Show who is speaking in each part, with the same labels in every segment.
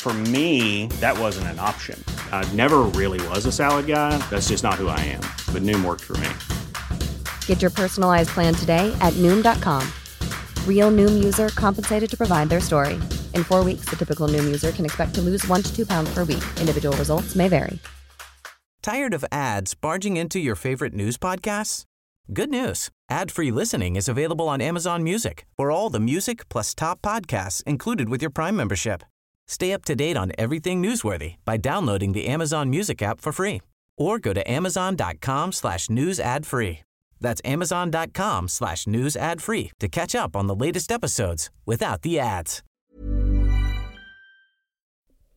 Speaker 1: For me, that wasn't an option. I never really was a salad guy. That's just not who I am. But Noom worked for me.
Speaker 2: Get your personalized plan today at Noom.com. Real Noom user compensated to provide their story. In four weeks, the typical Noom user can expect to lose one to two pounds per week. Individual results may vary.
Speaker 3: Tired of ads barging into your favorite news podcasts? Good news. Ad-free listening is available on Amazon Music for all the music plus top podcasts included with your Prime membership. Stay up to date on everything newsworthy by downloading the Amazon Music app for free or go to amazon.com slash news ad free. That's amazon.com slash news ad free to catch up on the latest episodes without the ads.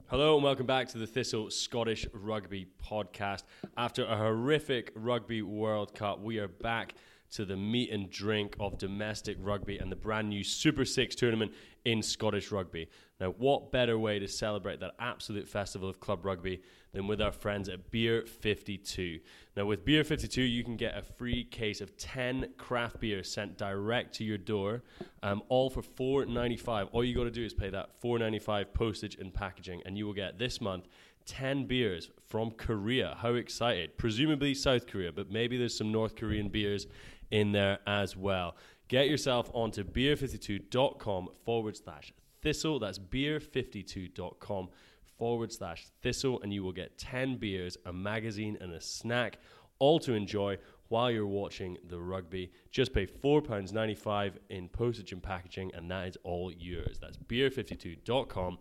Speaker 4: Hello and welcome back to the Thistle Scottish Rugby Podcast. After a horrific Rugby World Cup, we are back to the meat and drink of domestic rugby and the brand new Super Six tournament in Scottish rugby. Now, what better way to celebrate that absolute festival of club rugby than with our friends at Beer 52? Now, with Beer 52, you can get a free case of 10 craft beers sent direct to your door, um, all for $4.95. All you got to do is pay that $4.95 postage and packaging, and you will get this month 10 beers from Korea. How excited! Presumably South Korea, but maybe there's some North Korean beers in there as well. Get yourself onto beer52.com forward slash thistle. That's beer52.com forward slash thistle, and you will get 10 beers, a magazine, and a snack, all to enjoy while you're watching the rugby. Just pay £4.95 in postage and packaging, and that is all yours. That's beer52.com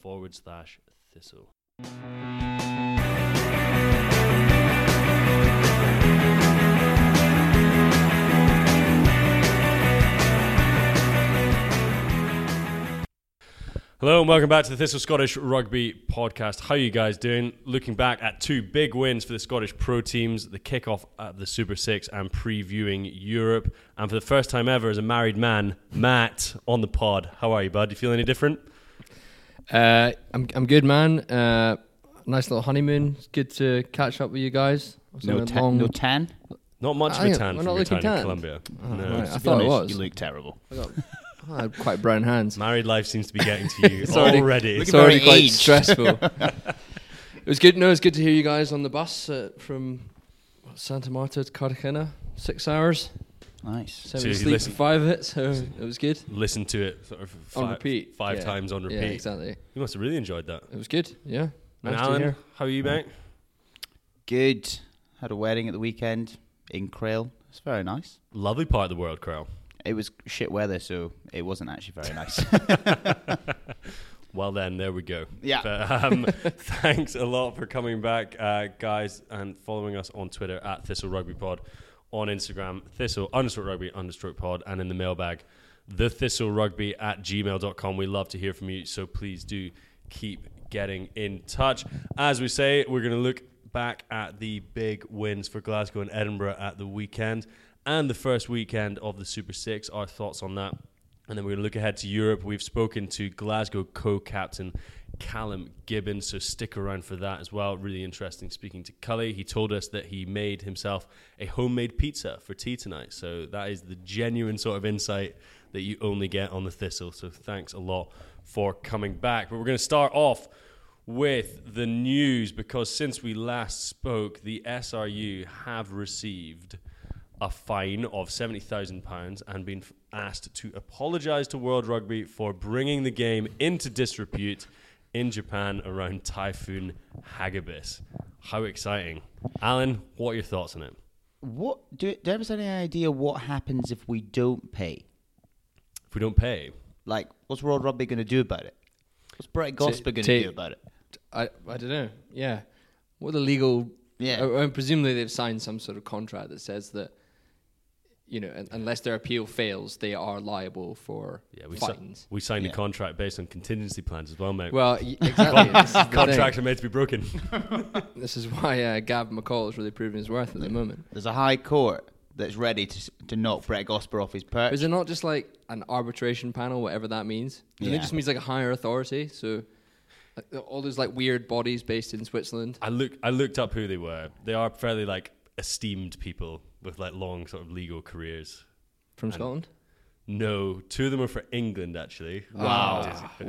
Speaker 4: forward slash thistle. Hello and welcome back to the Thistle Scottish Rugby Podcast. How you guys doing? Looking back at two big wins for the Scottish pro teams, the kickoff at the Super Six, and previewing Europe. And for the first time ever, as a married man, Matt on the pod. How are you, bud? You feel any different?
Speaker 5: Uh, I'm I'm good, man. Uh, nice little honeymoon. It's good to catch up with you guys.
Speaker 6: No, ta- long... no tan.
Speaker 4: Not much of a tan from your time
Speaker 5: tan.
Speaker 4: in Colombia.
Speaker 5: Oh, no. right. I thought honest, it was.
Speaker 6: You look terrible.
Speaker 5: I had quite brown hands.
Speaker 4: Married life seems to be getting to you it's already. already.
Speaker 5: It's already quite aged. stressful. it was good. No, it's good to hear you guys on the bus uh, from Santa Marta to Cartagena. Six hours.
Speaker 6: Nice.
Speaker 5: So, so you sleep listen, five of it, so it was good.
Speaker 4: Listen to it sort of five,
Speaker 5: on repeat,
Speaker 4: five
Speaker 5: yeah.
Speaker 4: times on repeat.
Speaker 5: Yeah, exactly.
Speaker 4: You must have really enjoyed that.
Speaker 5: It was good. Yeah.
Speaker 4: And nice Alan, how are you, mate?
Speaker 6: Good. Had a wedding at the weekend in Krill. It's very nice.
Speaker 4: Lovely part of the world, Krill
Speaker 6: it was shit weather, so it wasn't actually very nice.
Speaker 4: well, then, there we go.
Speaker 6: Yeah.
Speaker 4: But, um, thanks a lot for coming back, uh, guys, and following us on Twitter at Thistle Rugby Pod, on Instagram, Thistle understroke rugby understroke pod, and in the mailbag, the Thistle Rugby at gmail.com. We love to hear from you, so please do keep getting in touch. As we say, we're going to look back at the big wins for Glasgow and Edinburgh at the weekend and the first weekend of the Super Six. Our thoughts on that. And then we're going to look ahead to Europe. We've spoken to Glasgow co captain Callum Gibbons, so stick around for that as well. Really interesting speaking to Cully. He told us that he made himself a homemade pizza for tea tonight. So that is the genuine sort of insight that you only get on the Thistle. So thanks a lot for coming back. But we're going to start off with the news because since we last spoke, the SRU have received a fine of £70,000 and been asked to apologise to World Rugby for bringing the game into disrepute in Japan around Typhoon Hagibis. How exciting. Alan, what are your thoughts on it?
Speaker 6: What do, do you ever have any idea what happens if we don't pay?
Speaker 4: If we don't pay,
Speaker 6: Like, what's World Rugby going to do about it? What's Brett Gosper going to
Speaker 5: take-
Speaker 6: do about it?
Speaker 5: I I don't know. Yeah, what the legal?
Speaker 6: Yeah.
Speaker 5: I, I mean, presumably they've signed some sort of contract that says that, you know, un- unless their appeal fails, they are liable for
Speaker 4: yeah, we, si-
Speaker 5: fines.
Speaker 4: we signed a contract based on contingency plans as well, mate.
Speaker 5: well, y- exactly. this is the thing.
Speaker 4: Contracts are made to be broken.
Speaker 5: This is why uh, Gav McCall is really proving his worth at the moment.
Speaker 6: There's a high court that's ready to s- to knock Brett Gosper off his perch.
Speaker 5: Is it not just like an arbitration panel, whatever that means? And
Speaker 6: Yeah.
Speaker 5: it just means like a higher authority. So like, all those like weird bodies based in Switzerland.
Speaker 4: I look I looked up who they were. They are fairly like esteemed people with like long sort of legal careers.
Speaker 5: From Scotland?
Speaker 4: No, two of them are for England actually. Ah. Wow.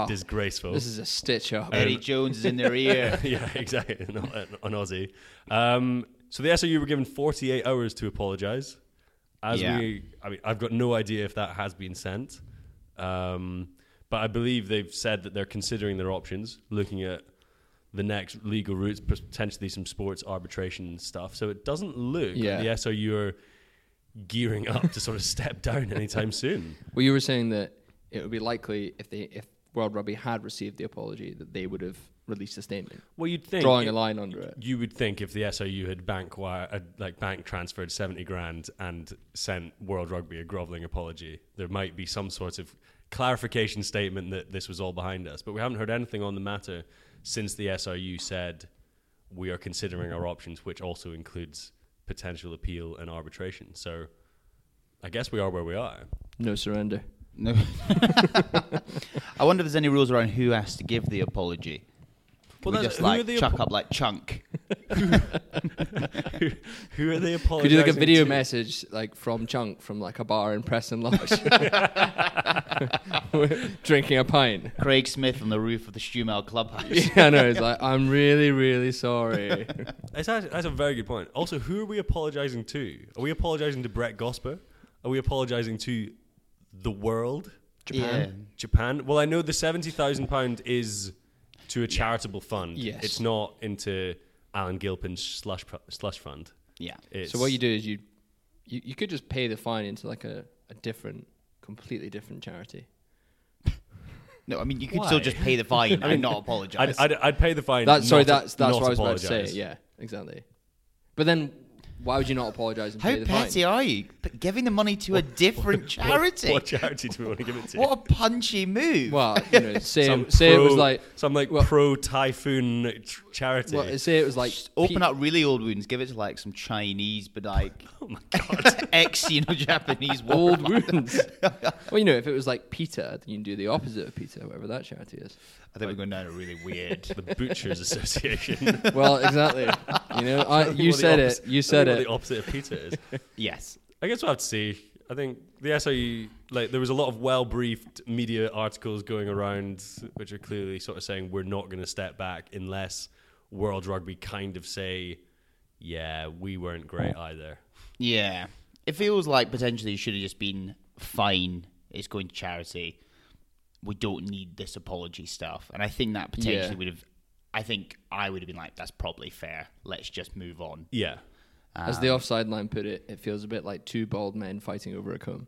Speaker 5: Wow.
Speaker 4: disgraceful.
Speaker 5: This is a stitch up.
Speaker 6: Eddie Jones is in their ear.
Speaker 4: yeah, exactly. An, an Aussie. Um, so the SRU were given 48 hours to apologise. As
Speaker 6: Yeah.
Speaker 4: we, I mean, I've got no idea if that has been sent, um, but I believe they've said that they're considering their options, looking at the next legal routes, potentially some sports arbitration and stuff. So it doesn't look
Speaker 5: Yeah.
Speaker 4: like the SRU are gearing up to sort of step down anytime soon.
Speaker 5: Well, you were saying that it would be likely if they if World Rugby had received the apology that they would have released a statement.
Speaker 4: Well, you'd think
Speaker 5: Drawing
Speaker 4: it-
Speaker 5: a line under it.
Speaker 4: You would think if the SOU had bank wire, uh, like bank transferred seventy grand and sent World Rugby a grovelling apology, there might be some sort of clarification statement that this was all behind us. But we haven't heard anything on the matter since the SOU said we are considering our options, which also includes potential appeal and arbitration. So I guess we are where we are.
Speaker 5: No surrender.
Speaker 6: No. I wonder if there's any rules around who has to give the apology. Can
Speaker 4: Well,
Speaker 6: we
Speaker 4: that's-
Speaker 6: just
Speaker 4: who are
Speaker 6: like
Speaker 4: the
Speaker 6: chuck
Speaker 4: apo-
Speaker 6: up like chunk.
Speaker 4: who, who are they apologising?
Speaker 5: Could you like a video
Speaker 4: to?
Speaker 5: message like from Chunk from like a bar in Preston Lodge, drinking a pint?
Speaker 6: Craig Smith on the roof of the Stumel clubhouse.
Speaker 5: Yeah, I know. It's like I'm really, really sorry.
Speaker 4: That's, actually, that's a very good point. Also, who are we apologizing to? Are we apologizing to Brett Gosper? Are we apologizing to the world?
Speaker 6: Japan?
Speaker 4: Japan? Well, I know the seventy thousand pound is to a charitable fund.
Speaker 5: Yes.
Speaker 4: it's not into Alan Gilpin's slush pro- slush fund.
Speaker 6: Yeah.
Speaker 4: It's,
Speaker 5: so what you do is you, you you could just pay the fine into like a, a different, completely different charity.
Speaker 6: No, I mean you could still
Speaker 4: Why?
Speaker 6: just pay the fine and not
Speaker 4: I'd,
Speaker 6: apologise.
Speaker 4: I'd, I'd pay the fine.
Speaker 5: That sorry,
Speaker 4: not-
Speaker 5: that's that's
Speaker 4: not
Speaker 5: what I was about to
Speaker 4: apologise.
Speaker 5: say. Yeah, exactly. But then, why would you not apologise and
Speaker 6: How
Speaker 5: pay the
Speaker 6: petty
Speaker 5: fine?
Speaker 6: are you? P- giving the money to a different charity.
Speaker 4: What, charity do we want to give it to?
Speaker 6: What a punchy move.
Speaker 5: Well, you know, say
Speaker 4: Some
Speaker 5: say it was
Speaker 4: pro-
Speaker 5: like
Speaker 4: some like
Speaker 5: well-
Speaker 4: pro typhoon tr- charity.
Speaker 5: well, say it was like
Speaker 6: Just open
Speaker 5: Pe-
Speaker 6: up really old wounds, give it to like some Chinese, but like
Speaker 4: oh my god!
Speaker 6: ex, you know, Japanese war.
Speaker 5: old wounds. well, you know, if it was like Peter, then you do the opposite of Peter, whatever that charity is.
Speaker 6: I think we're going down a really weird.
Speaker 4: the Butchers Association.
Speaker 5: Well, exactly. you know, I,
Speaker 4: Tell me
Speaker 5: you
Speaker 4: what the
Speaker 5: said
Speaker 4: opposite-
Speaker 5: it. You
Speaker 4: tell
Speaker 5: said
Speaker 4: me what
Speaker 5: it.
Speaker 4: The opposite of Peter is.
Speaker 6: yes.
Speaker 4: I guess we'll have to see. I think the SIU, like, there was a lot of well briefed media articles going around, which are clearly sort of saying we're not going to step back unless World Rugby kind of say, yeah, we weren't great either.
Speaker 6: Yeah. It feels like potentially it should have just been fine. It's going to charity. We don't need this apology stuff. And I think that potentially
Speaker 5: Yeah.
Speaker 6: would have. I think I would have been like, that's probably fair. Let's just move on.
Speaker 4: Yeah.
Speaker 5: As the offside line put it, it feels a bit like two bald men fighting over a comb.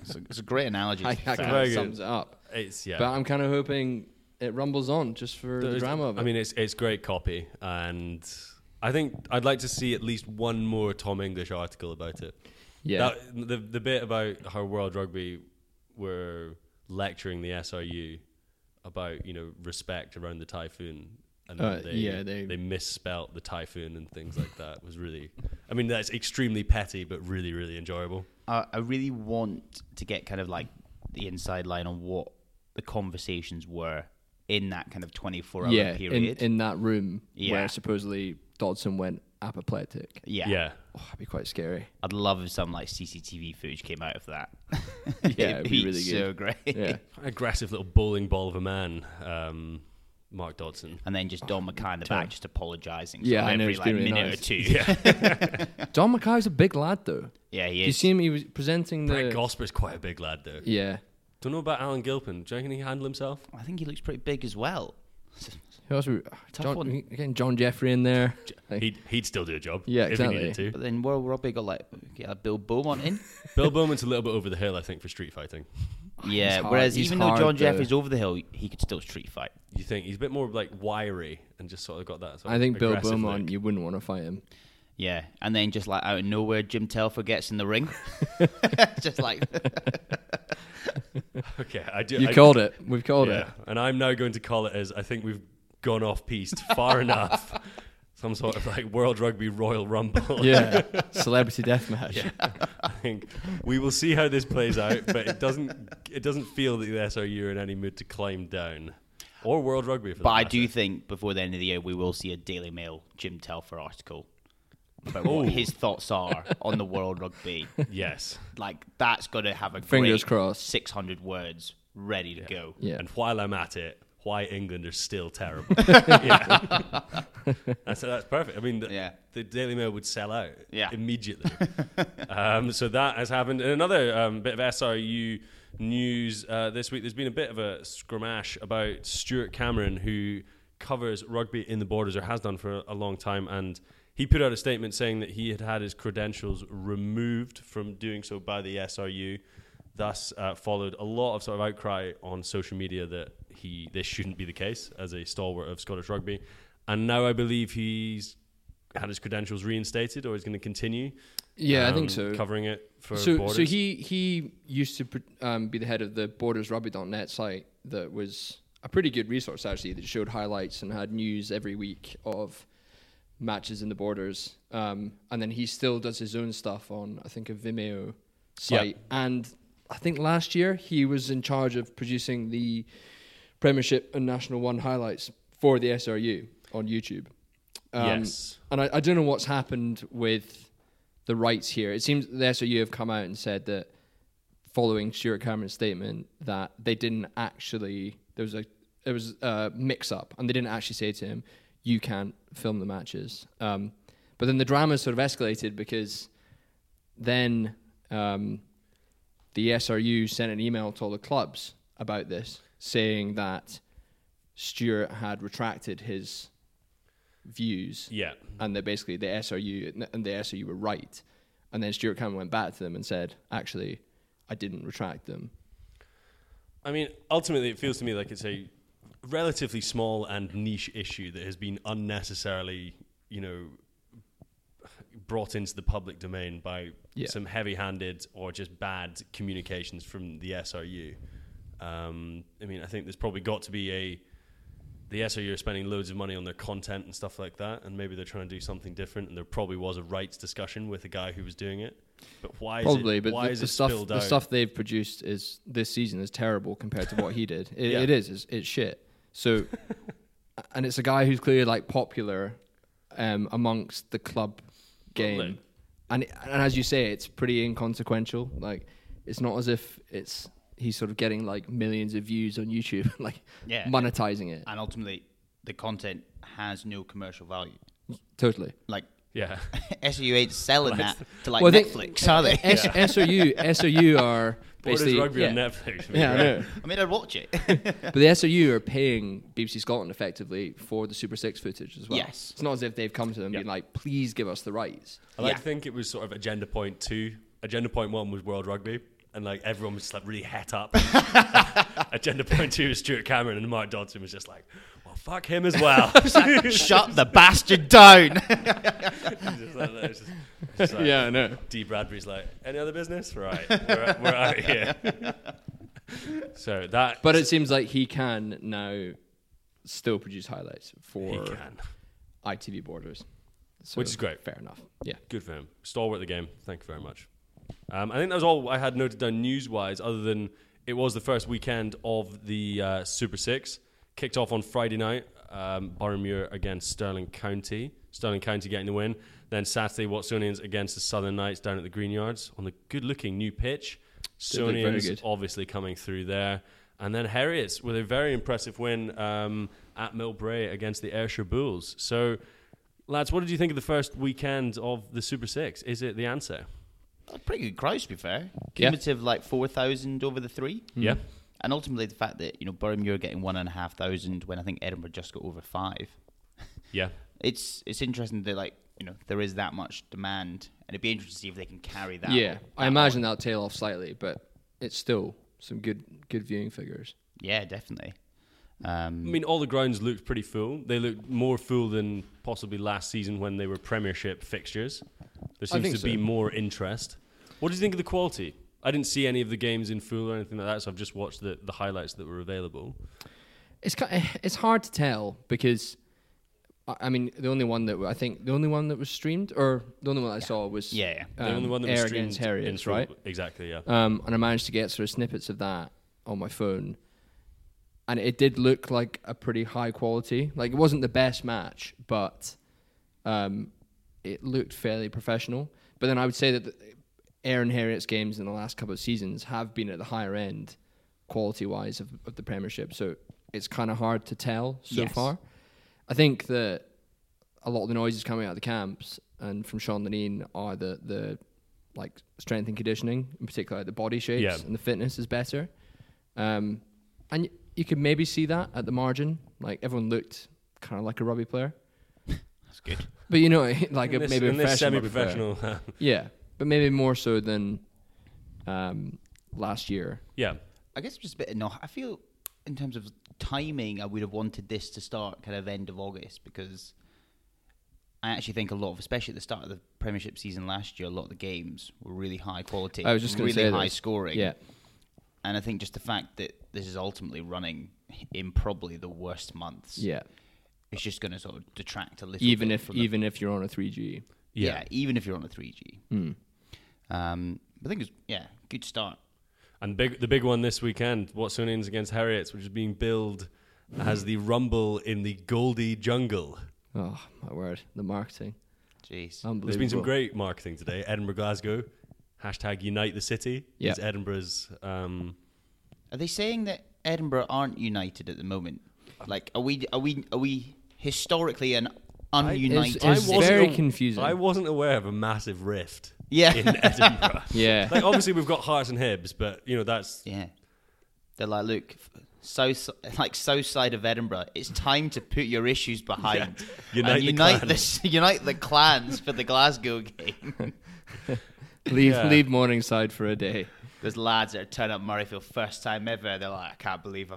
Speaker 6: It's a, it's a great analogy.
Speaker 5: I,
Speaker 6: to be
Speaker 5: that
Speaker 6: fair.
Speaker 5: kind of
Speaker 4: good.
Speaker 5: sums it up.
Speaker 4: It's, yeah.
Speaker 5: But I'm kind of hoping it rumbles on just for the
Speaker 4: It's-
Speaker 5: drama of it.
Speaker 4: I mean, it's, it's great copy. And I think I'd like to see at least one more Tom English article about it.
Speaker 5: yeah,
Speaker 4: That, the the bit about how World Rugby were lecturing the SRU about you know respect around the typhoon and
Speaker 5: Uh,
Speaker 4: they,
Speaker 5: yeah, they-
Speaker 4: misspelt the typhoon and things like that was really I mean that's extremely petty but really really enjoyable.
Speaker 6: I, I really want to get kind of like the inside line on what the conversations were in that kind of 24 hour
Speaker 5: yeah. In,
Speaker 6: period.
Speaker 5: in that room
Speaker 6: Yeah.
Speaker 5: where supposedly Dodson went apoplectic.
Speaker 6: yeah.
Speaker 4: Yeah.
Speaker 5: Oh, that'd be quite scary.
Speaker 6: I'd love if some like CCTV footage came out of that.
Speaker 5: Yeah, it'd be really
Speaker 6: so
Speaker 5: good.
Speaker 6: great.
Speaker 5: Yeah.
Speaker 4: Aggressive little bowling ball of a man, um, Mark Dodson.
Speaker 6: And then just Don McKay in the back just apologising.
Speaker 5: Yeah,
Speaker 6: for
Speaker 5: I know,
Speaker 6: every
Speaker 5: it's
Speaker 6: like
Speaker 5: been really
Speaker 6: minute or
Speaker 5: nice.
Speaker 6: two. Yeah,
Speaker 5: Don Mackay's a big lad though.
Speaker 6: he
Speaker 5: You
Speaker 6: is.
Speaker 5: see him? He was presenting the.
Speaker 4: Brett Gosper's quite a big lad though.
Speaker 5: yeah.
Speaker 4: Don't know about Alan Gilpin. Do you reckon he handle himself?
Speaker 6: I think he looks pretty big as well.
Speaker 5: Who else? We, John,
Speaker 6: one.
Speaker 5: Again, John Jeffrey in there. Like,
Speaker 4: He'd, he'd still do a job. If
Speaker 5: Yeah,
Speaker 4: he
Speaker 5: exactly.
Speaker 4: needed to.
Speaker 6: But then World Rugby got like get like Bill Beaumont in.
Speaker 4: Bill Bowman's a little bit over the hill, I think, for street fighting.
Speaker 6: yeah.
Speaker 5: hard-
Speaker 6: Whereas
Speaker 5: he's
Speaker 6: even though
Speaker 5: hard,
Speaker 6: John
Speaker 5: though.
Speaker 6: Jeffrey's over the hill, he could still street fight.
Speaker 4: You think he's a bit more like wiry and just sort of got that. Sort
Speaker 5: I think
Speaker 4: of
Speaker 5: Bill
Speaker 4: aggressive
Speaker 5: Beaumont,
Speaker 4: look.
Speaker 5: you wouldn't want to fight him.
Speaker 6: Yeah. And then just like out of nowhere, Jim Telfer gets in the ring. just like
Speaker 4: Okay, I do.
Speaker 5: You
Speaker 4: I-
Speaker 5: called it. We've called
Speaker 4: Yeah,
Speaker 5: it.
Speaker 4: and I'm now going to call it as I think we've gone off piste far enough. Some sort of like World Rugby Royal Rumble.
Speaker 5: Yeah. Celebrity deathmatch.
Speaker 4: I think we will see how this plays out, but it doesn't. It doesn't feel that the SRU are in any mood to climb down, or World Rugby. For
Speaker 6: But
Speaker 4: that
Speaker 6: I
Speaker 4: matter.
Speaker 6: do think before the end of the year we will see a Daily Mail Jim Telfer article about what his thoughts are on the World Rugby.
Speaker 4: Yes.
Speaker 6: Like that's got to have a
Speaker 5: Fingers
Speaker 6: great
Speaker 5: crossed.
Speaker 6: 600 words ready to go.
Speaker 5: Yeah.
Speaker 4: And while I'm at it, why England are still terrible. yeah. that's, that's perfect. I mean, the,
Speaker 6: Yeah.
Speaker 4: the Daily Mail would sell out
Speaker 6: Yeah.
Speaker 4: immediately. um, so that has happened. And another um, bit of SRU news uh, this week, there's been a bit of a skirmash about Stuart Cameron, who covers rugby in the borders or has done for a long time. And he put out a statement saying that he had had his credentials removed from doing so by the SRU. Thus, uh, followed a lot of sort of outcry on social media that he this shouldn't be the case as a stalwart of Scottish rugby, and now I believe he's had his credentials reinstated or he's going to continue.
Speaker 5: Yeah, I
Speaker 4: um,
Speaker 5: think so.
Speaker 4: Covering it for
Speaker 5: so,
Speaker 4: borders.
Speaker 5: so he he used to pr- um, be the head of the bordersrugby.net site that was a pretty good resource actually that showed highlights and had news every week of matches in the borders um, and then he still does his own stuff on i think a vimeo site and i think last year he was in charge of producing the premiership and national one highlights for the sru on youtube
Speaker 4: Yes.
Speaker 5: Um, and I, I don't know what's happened with the rights here. It seems the SOU have come out and said that following Stuart Cameron's statement that they didn't actually there was a there was a mix up and they didn't actually say to him, You can't film the matches. Um, but then the drama sort of escalated because then um, the SRU sent an email to all the clubs about this, saying that Stuart had retracted his views
Speaker 4: yeah.
Speaker 5: and that basically the SRU and the SRU were right. And then Stuart Cameron went back to them and said, actually, I didn't retract them.
Speaker 4: I mean, ultimately, it feels to me like it's a relatively small and niche issue that has been unnecessarily, you know, brought into the public domain by
Speaker 5: Yeah.
Speaker 4: some heavy-handed or just bad communications from the SRU. Um, I mean, I think there's probably got to be a the SRU are spending loads of money on their content and stuff like that, and maybe they're trying to do something different. And there probably was a rights discussion with the guy who was doing it. But why?
Speaker 5: Probably,
Speaker 4: is it,
Speaker 5: but
Speaker 4: why
Speaker 5: the,
Speaker 4: is
Speaker 5: the
Speaker 4: it
Speaker 5: stuff
Speaker 4: spilled
Speaker 5: the
Speaker 4: out?
Speaker 5: stuff they've produced is this season is terrible compared to what he did. It,
Speaker 4: Yeah.
Speaker 5: it is, it's, it's shit. So, and it's a guy who's clearly like popular um, amongst the club game,
Speaker 4: Totally.
Speaker 5: and and as you say, it's pretty inconsequential. Like, it's not as if it's he's sort of getting like millions of views on YouTube, like
Speaker 6: Yeah.
Speaker 5: monetizing it
Speaker 6: And ultimately, the content has no commercial value.
Speaker 5: Mm. totally.
Speaker 6: Like
Speaker 4: yeah.
Speaker 6: SU ain't selling that to like
Speaker 5: Well, I think-
Speaker 6: Netflix, are they?
Speaker 5: S- SOU SOU are
Speaker 4: Borders
Speaker 5: basically
Speaker 4: rugby
Speaker 5: yeah,
Speaker 4: on Netflix.
Speaker 5: yeah, I know.
Speaker 6: I mean, I'd watch it.
Speaker 5: but the SOU are paying BBC Scotland effectively for the Super Six footage as well.
Speaker 6: Yes.
Speaker 5: it's not as if they've come to them being like, "Please give us the rights."
Speaker 4: I like to think it was sort of agenda point two. Agenda point one was world rugby, and like everyone was just like really het up. agenda point two was Stuart Cameron, and Mark Dodson was just like, "Well, fuck him as well."
Speaker 6: Shut the bastard down.
Speaker 4: yeah.
Speaker 5: I know.
Speaker 4: D. Bradbury's like, "Any other business? Right, we're, we're out here." so that,
Speaker 5: But it seems like he can now still produce highlights
Speaker 4: he
Speaker 5: for
Speaker 4: can.
Speaker 5: ITV Borders, So,
Speaker 4: Which is great.
Speaker 5: Fair enough. Yeah.
Speaker 4: Good for him. Stalwart of the game. Thank you very much. Um, I think that was all I had noted down news wise, other than it was the first weekend of the uh, Super Six. Kicked off on Friday night, um, Boroughmuir against Sterling County. Sterling County getting the win. Then Saturday, Watsonians against the Southern Knights down at the Green Yards on the good looking new pitch.
Speaker 5: look very
Speaker 4: Sonians
Speaker 5: good.
Speaker 4: obviously coming through there. And then Harriets with a very impressive win um, at Millbrae against the Ayrshire Bulls. So, lads, what did you think of the first weekend of the Super Six? Is it the answer?
Speaker 6: Pretty good crowds, to be fair.
Speaker 5: Yeah.
Speaker 6: Cumulative like 4,000 over the three.
Speaker 4: Yeah.
Speaker 6: and ultimately the fact that you know Burmuir getting one and a half thousand when I think Edinburgh just got over five.
Speaker 4: Yeah.
Speaker 6: It's it's interesting that like you know there is that much demand, and it'd be interesting to see if they can carry that.
Speaker 5: yeah, I imagine that'll tail off slightly, but it's still some good good viewing figures.
Speaker 6: yeah, definitely. Um,
Speaker 5: Hmm.
Speaker 4: I mean, all the grounds looked pretty full. They looked more full than possibly last season when they were Premiership fixtures. There seems
Speaker 5: think
Speaker 4: to be
Speaker 5: so.
Speaker 4: more interest. What do you think of the quality? I didn't see any of the games in full or anything like that, so I've just watched the, the highlights that were available.
Speaker 5: It's ki- eh, it's hard to tell because I I mean the only one that I think the only one that was streamed or the only one I saw was
Speaker 6: Yeah, yeah.
Speaker 4: The only
Speaker 5: um,
Speaker 4: one that
Speaker 5: Air
Speaker 4: was streamed
Speaker 5: against Harriet,
Speaker 4: in full-
Speaker 5: right?
Speaker 4: Exactly, yeah.
Speaker 5: Um, and I managed to get sort of snippets of that on my phone, and it did look like a pretty high quality. Like it wasn't the best match, but um, it looked fairly professional. But then I would say that the Aaron Harriet's games in the last couple of seasons have been at the higher end quality wise of, of the Premiership. So it's kind of hard to tell so
Speaker 6: Yes.
Speaker 5: far. I think that a lot of the noises coming out of the camps and from Sean Lanine are the the like strength and conditioning, in particular the body shapes
Speaker 4: Yeah.
Speaker 5: and the fitness is better. Um, and y- you could maybe see that at the margin. Like everyone looked kind of like a rugby player,
Speaker 6: That's good.
Speaker 5: but you know, like
Speaker 4: in
Speaker 5: a,
Speaker 4: this,
Speaker 5: maybe a
Speaker 4: in this
Speaker 5: freshman rugby player.
Speaker 4: semi-professional,
Speaker 5: Yeah, but maybe more so than um, last year.
Speaker 4: yeah,
Speaker 6: I guess I'm just a bit annoyed. I feel in terms of timing, I would have wanted this to start kind of end of August because I actually think a lot of, especially at the start of the Premiership season last year, a lot of the games were really high quality.
Speaker 5: I was just going
Speaker 6: really
Speaker 5: to say
Speaker 6: high
Speaker 5: this.
Speaker 6: scoring.
Speaker 5: Yeah,
Speaker 6: and I think just the fact that this is ultimately running in probably the worst months,
Speaker 5: yeah.
Speaker 6: it's just going to sort of detract a little.
Speaker 5: Even
Speaker 6: bit
Speaker 5: if
Speaker 6: from the-
Speaker 5: even if you're on a three G.
Speaker 6: yeah. even if you're on a three G.
Speaker 4: Hmm.
Speaker 6: Um, but I think it's yeah, good start.
Speaker 4: And big, the big one this weekend, Watsonians against Harriets, which is being billed as the rumble in the Goldie jungle.
Speaker 5: Oh my word, the marketing,
Speaker 6: Jeez,
Speaker 5: unbelievable.
Speaker 4: There's been some great marketing today. Edinburgh, Glasgow, hashtag Unite the City
Speaker 5: Yeah.
Speaker 4: is Edinburgh's. Um,
Speaker 6: are they saying that Edinburgh aren't united at the moment? Like, are we are we are we historically an ununited?
Speaker 5: It's
Speaker 4: wasn't
Speaker 5: very
Speaker 4: aw-
Speaker 5: confusing.
Speaker 4: I wasn't aware of a massive rift
Speaker 6: Yeah.
Speaker 4: in Edinburgh.
Speaker 5: Yeah.
Speaker 4: like obviously we've got Hearts and Hibs, but you know that's
Speaker 6: yeah, they're like, look, south like south side of Edinburgh. It's time to put your issues behind
Speaker 4: Unite
Speaker 6: and
Speaker 4: the
Speaker 6: unite
Speaker 4: clans.
Speaker 6: this unite the clans for the Glasgow game.
Speaker 5: leave
Speaker 4: Yeah.
Speaker 5: leave Morningside for a day.
Speaker 6: There's lads that turn up Murrayfield first time ever. They're like, I can't believe I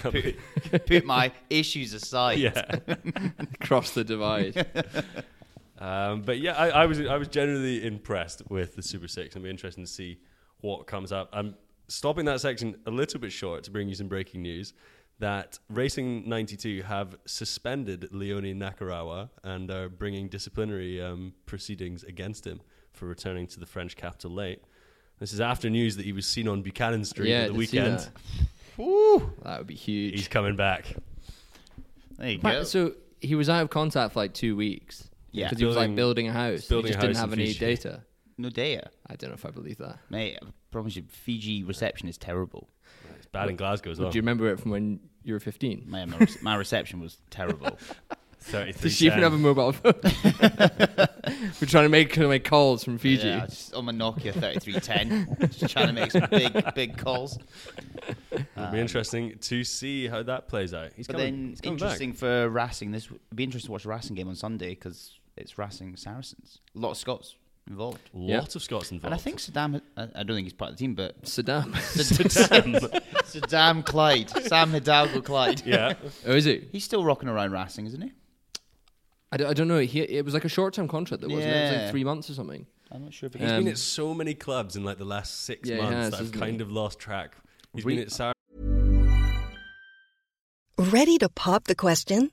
Speaker 6: put, put my issues aside.
Speaker 4: yeah.
Speaker 5: Cross the divide.
Speaker 4: Um, but yeah, I, I was I was generally impressed with the Super Six. It'll be interesting to see what comes up. I'm stopping that section a little bit short to bring you some breaking news that Racing 92 have suspended Leone Nakarawa and are bringing disciplinary um, proceedings against him for returning to the French capital late. This is after news that he was seen on Buchanan Street
Speaker 5: yeah,
Speaker 4: at the
Speaker 5: did see
Speaker 4: weekend.
Speaker 5: that. That would be huge.
Speaker 4: He's coming back.
Speaker 6: There you
Speaker 5: Ma-
Speaker 6: go.
Speaker 5: So he was out of contact for like two weeks.
Speaker 6: Yeah.
Speaker 5: because he was like
Speaker 4: Building-
Speaker 5: building a house.
Speaker 4: building
Speaker 5: he
Speaker 4: a
Speaker 5: just
Speaker 4: house
Speaker 5: didn't have
Speaker 4: in
Speaker 5: any
Speaker 4: Fiji.
Speaker 5: data.
Speaker 6: no data.
Speaker 5: I don't know if I believe that.
Speaker 6: Mate, I promise you, Fiji reception is terrible.
Speaker 4: It's bad in Glasgow as well.
Speaker 5: Do you remember it from when you were 15?
Speaker 6: My, my, re- my reception was terrible.
Speaker 4: 33
Speaker 5: Does she even have a mobile phone? we're trying to make, trying to make calls from Fiji.
Speaker 6: Yeah, just on my Nokia 3310, just trying to make some big, big calls.
Speaker 4: It'll be interesting to see how that plays out. He's
Speaker 6: But
Speaker 4: coming,
Speaker 6: then,
Speaker 4: he's coming back.
Speaker 6: interesting for Racing. This would be interesting to watch a Racing game on Sunday because it's Racing Saracens. A lot of Scots involved.
Speaker 4: Lots of Scots involved.
Speaker 6: And I think Saddam, I, I don't think he's part of the team, but
Speaker 5: Saddam.
Speaker 6: Saddam Clyde, Sam Hidalgo Clyde.
Speaker 4: yeah.
Speaker 5: oh, is it?
Speaker 6: He's still rocking around Racing, isn't he?
Speaker 5: I don't, I don't know. He, it was like a short-term contract, that wasn't it? It was
Speaker 6: Yeah.
Speaker 5: like three months or something.
Speaker 6: I'm not sure if he
Speaker 5: Um,
Speaker 4: He's been at so many clubs in like the last six
Speaker 5: Yeah, he
Speaker 4: months
Speaker 5: has,
Speaker 4: that I've
Speaker 5: hasn't
Speaker 4: kind
Speaker 5: he?
Speaker 4: of lost track. He's
Speaker 5: We-
Speaker 4: been at Sar-
Speaker 7: Ready to pop the question?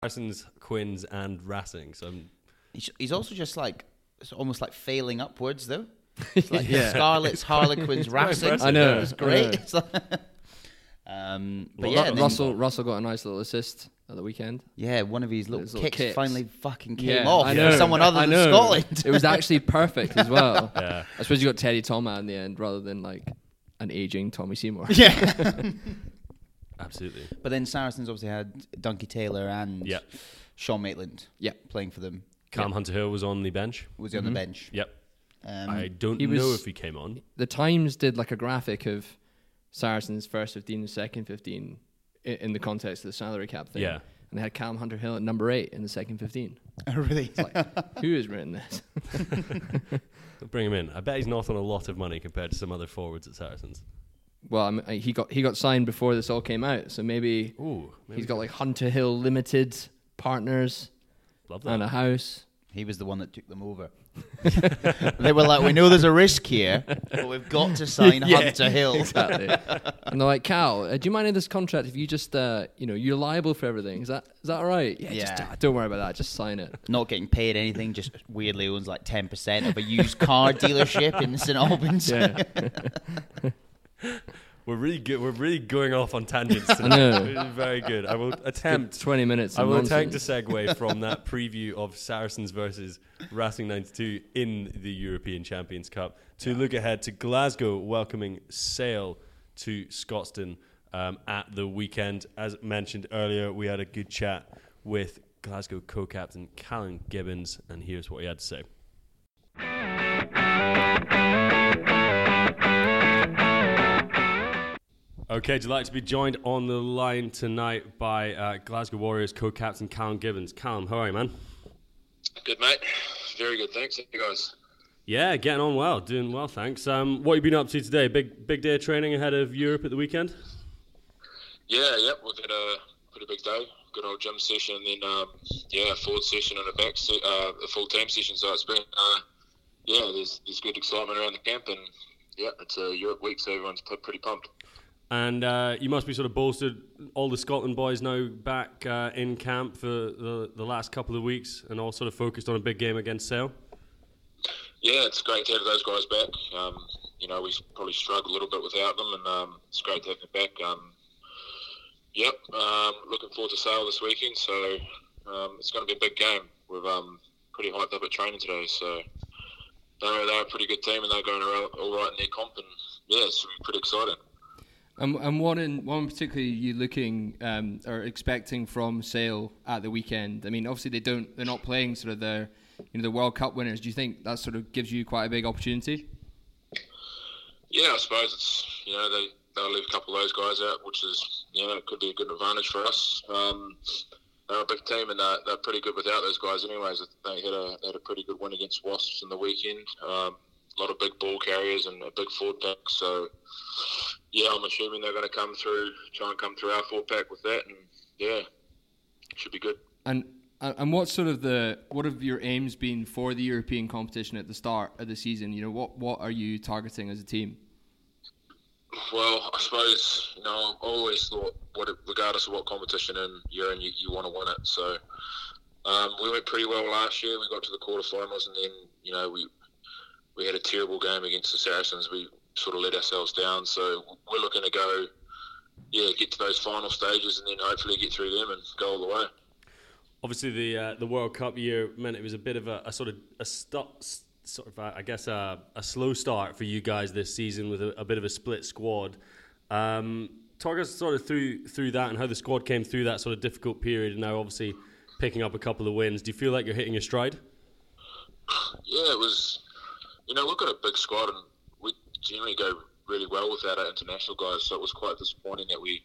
Speaker 4: Parsons, Quins, and Racing. So I'm
Speaker 6: He's, he's also just like it's almost like failing upwards though. It's like Scarlet's Harlequins Racing.
Speaker 4: impressive,
Speaker 5: I know,
Speaker 6: It's
Speaker 5: I
Speaker 6: great.
Speaker 5: know.
Speaker 6: It's like- um, but
Speaker 4: Well,
Speaker 6: yeah,
Speaker 5: Ru-
Speaker 6: and then-
Speaker 5: Russell Russell got a nice little assist at the weekend.
Speaker 6: yeah, one of his little,
Speaker 5: Those little
Speaker 6: kicks,
Speaker 5: kicks.
Speaker 6: finally fucking came off
Speaker 5: I
Speaker 6: for
Speaker 5: know,
Speaker 6: someone other
Speaker 5: I
Speaker 6: than
Speaker 5: know.
Speaker 6: Scotland.
Speaker 5: it was actually perfect as well. I suppose you got Teddy Thomas in the end rather than like an aging Tommy Seymour.
Speaker 6: yeah.
Speaker 4: absolutely.
Speaker 6: But then Saracens obviously had Donkey Taylor and
Speaker 4: Yeah.
Speaker 6: Sean Maitland
Speaker 5: Yeah. Mm-hmm.
Speaker 6: playing for them.
Speaker 4: Cam Hunter Hill was on the bench.
Speaker 6: Was he on the bench?
Speaker 4: Yep.
Speaker 6: Um,
Speaker 4: I don't
Speaker 5: he
Speaker 4: know
Speaker 5: was-
Speaker 4: if he came on.
Speaker 5: The Times did like a graphic of Saracens first fifteen and second fifteen i- in the context of the salary cap thing.
Speaker 4: Yeah.
Speaker 5: And they had Cam Hunter Hill at number eight in the second fifteen.
Speaker 6: really?
Speaker 5: Who has written this?
Speaker 4: Bring him in. I bet he's not on a lot of money compared to some other forwards at Saracens.
Speaker 5: well, I mean, he got he got signed before this all came out, so maybe,
Speaker 4: Ooh, maybe
Speaker 5: he's got like Hunter Hill Limited partners
Speaker 4: Love that.
Speaker 5: and a house.
Speaker 6: He was the one that took them over. they were like, we know there's a risk here, but we've got to sign Hunter Hill.
Speaker 5: Exactly. and they're like, Cal, uh, do you mind in this contract if you just, uh, you know, you're liable for everything? Is that is that all right? Yeah. Just,
Speaker 6: Yeah.
Speaker 5: uh, don't worry about that. Just sign it.
Speaker 6: Not getting paid anything, just weirdly owns like 10% of a used car dealership in St. Albans.
Speaker 5: Yeah.
Speaker 4: We're really good. We're really going off on tangents
Speaker 5: know.
Speaker 4: tonight. This is Very good. I will attempt.
Speaker 5: Twenty minutes.
Speaker 4: I
Speaker 5: of
Speaker 4: will attempt
Speaker 5: nonsense.
Speaker 4: to segue from that preview of Saracens versus Racing 92 in the European Champions Cup to look ahead to Glasgow welcoming Sale to Scotstoun um, at the weekend. As mentioned earlier, we had a good chat with Glasgow co-captain Callan Gibbons, and here's what he had to say. Okay, delighted to be joined on the line tonight by uh, Glasgow Warriors co-captain Callum Gibbons. Callum, how are you, man?
Speaker 8: Good, mate. Very good. Thanks. How you guys?
Speaker 4: Yeah, getting on well, doing well, thanks. Um, what you been up to today? Big big day of training ahead of Europe at the weekend.
Speaker 8: Yeah, yep. We've had a pretty big day. Good old gym session, and then um, yeah, a forward session and a back se- uh, a full team session. So it's been uh, yeah, there's there's good excitement around the camp, and yeah, it's a Europe week, so everyone's p- pretty pumped.
Speaker 4: And uh, you must be sort of bolstered. All the Scotland boys now back uh, in camp for the, the last couple of weeks, and all sort of focused on a big game against Sale.
Speaker 8: Yeah, it's great to have those guys back. Um, you know, we s- probably struggled a little bit without them, and um, it's great to have them back. Um, yep, um, looking forward to Sale this weekend, so um, it's going to be a big game. We're um, pretty hyped up at training today, so they're, they're a pretty good team, and they're going around all right in their comp, and yeah, it's gonna be pretty exciting.
Speaker 5: And, and one in one particularly you looking um, or expecting from Sale at the weekend. I mean, obviously they don't they're not playing sort of their you know the World Cup winners. Do you think that sort of gives you quite a big opportunity?
Speaker 8: Yeah, I suppose it's you know they they'll leave a couple of those guys out, which is you know could be a good advantage for us. Um, they're a big team and they're, they're pretty good without those guys. Anyways, they had a they had a pretty good win against Wasps in the weekend. Um, a lot of big ball carriers and a big forward pack. So yeah, I'm assuming they're going to come through, try and come through our forward pack with that, and yeah, should be good.
Speaker 5: And and and what sort of the what have your aims been for the European competition at the start of the season? You know, what what are you targeting as a team?
Speaker 8: Well, I suppose you know. I always thought, what regardless of what competition and you're in, you, you want to win it. So um, we went pretty well last year. We got to the quarterfinals, and then you know we we had a terrible game against the Saracens. We sort of let ourselves down. So we're looking to go, yeah, get to those final stages, and then hopefully get through them and go all the way.
Speaker 4: Obviously, the uh, the World Cup year meant it was a bit of a, a sort of a stop, s- sort of uh, I guess a, a slow start for you guys this season with a, a bit of a split squad. Um, talk us sort of through through that and how the squad came through that sort of difficult period, and now obviously picking up a couple of wins. Do you feel like you're hitting your stride?
Speaker 8: yeah, it was. You know, we've got a big squad, and we generally go really well without our international guys. So it was quite disappointing that we,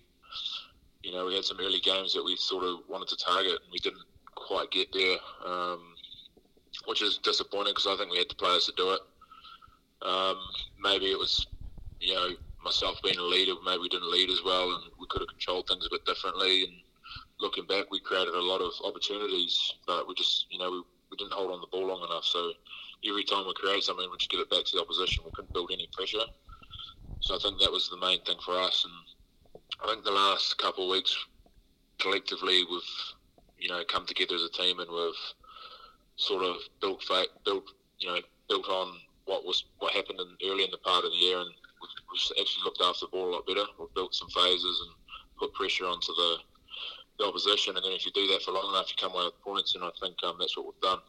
Speaker 8: you know, we had some early games that we sort of wanted to target, and we didn't quite get there, um, which is disappointing because I think we had the players to do it. Um, maybe it was, you know,
Speaker 6: myself being a leader, maybe we didn't lead as well, and we could have controlled things a bit differently. And looking back, we created a lot of opportunities, but we just, you know, we, we didn't hold on the ball long enough. So every time we created something, we just give it back to the opposition. We couldn't build any pressure. So I think that was the main thing for us. And I think the last couple of weeks, collectively, we've, you know, come together as a team and we've sort of built, built, you know, built on what was what happened in, early in the part of the year and we've actually looked after the ball a lot better. We've built some phases and put pressure onto the, the opposition. And then if you do that for long enough, you come away with points. And I think um, that's what we've done.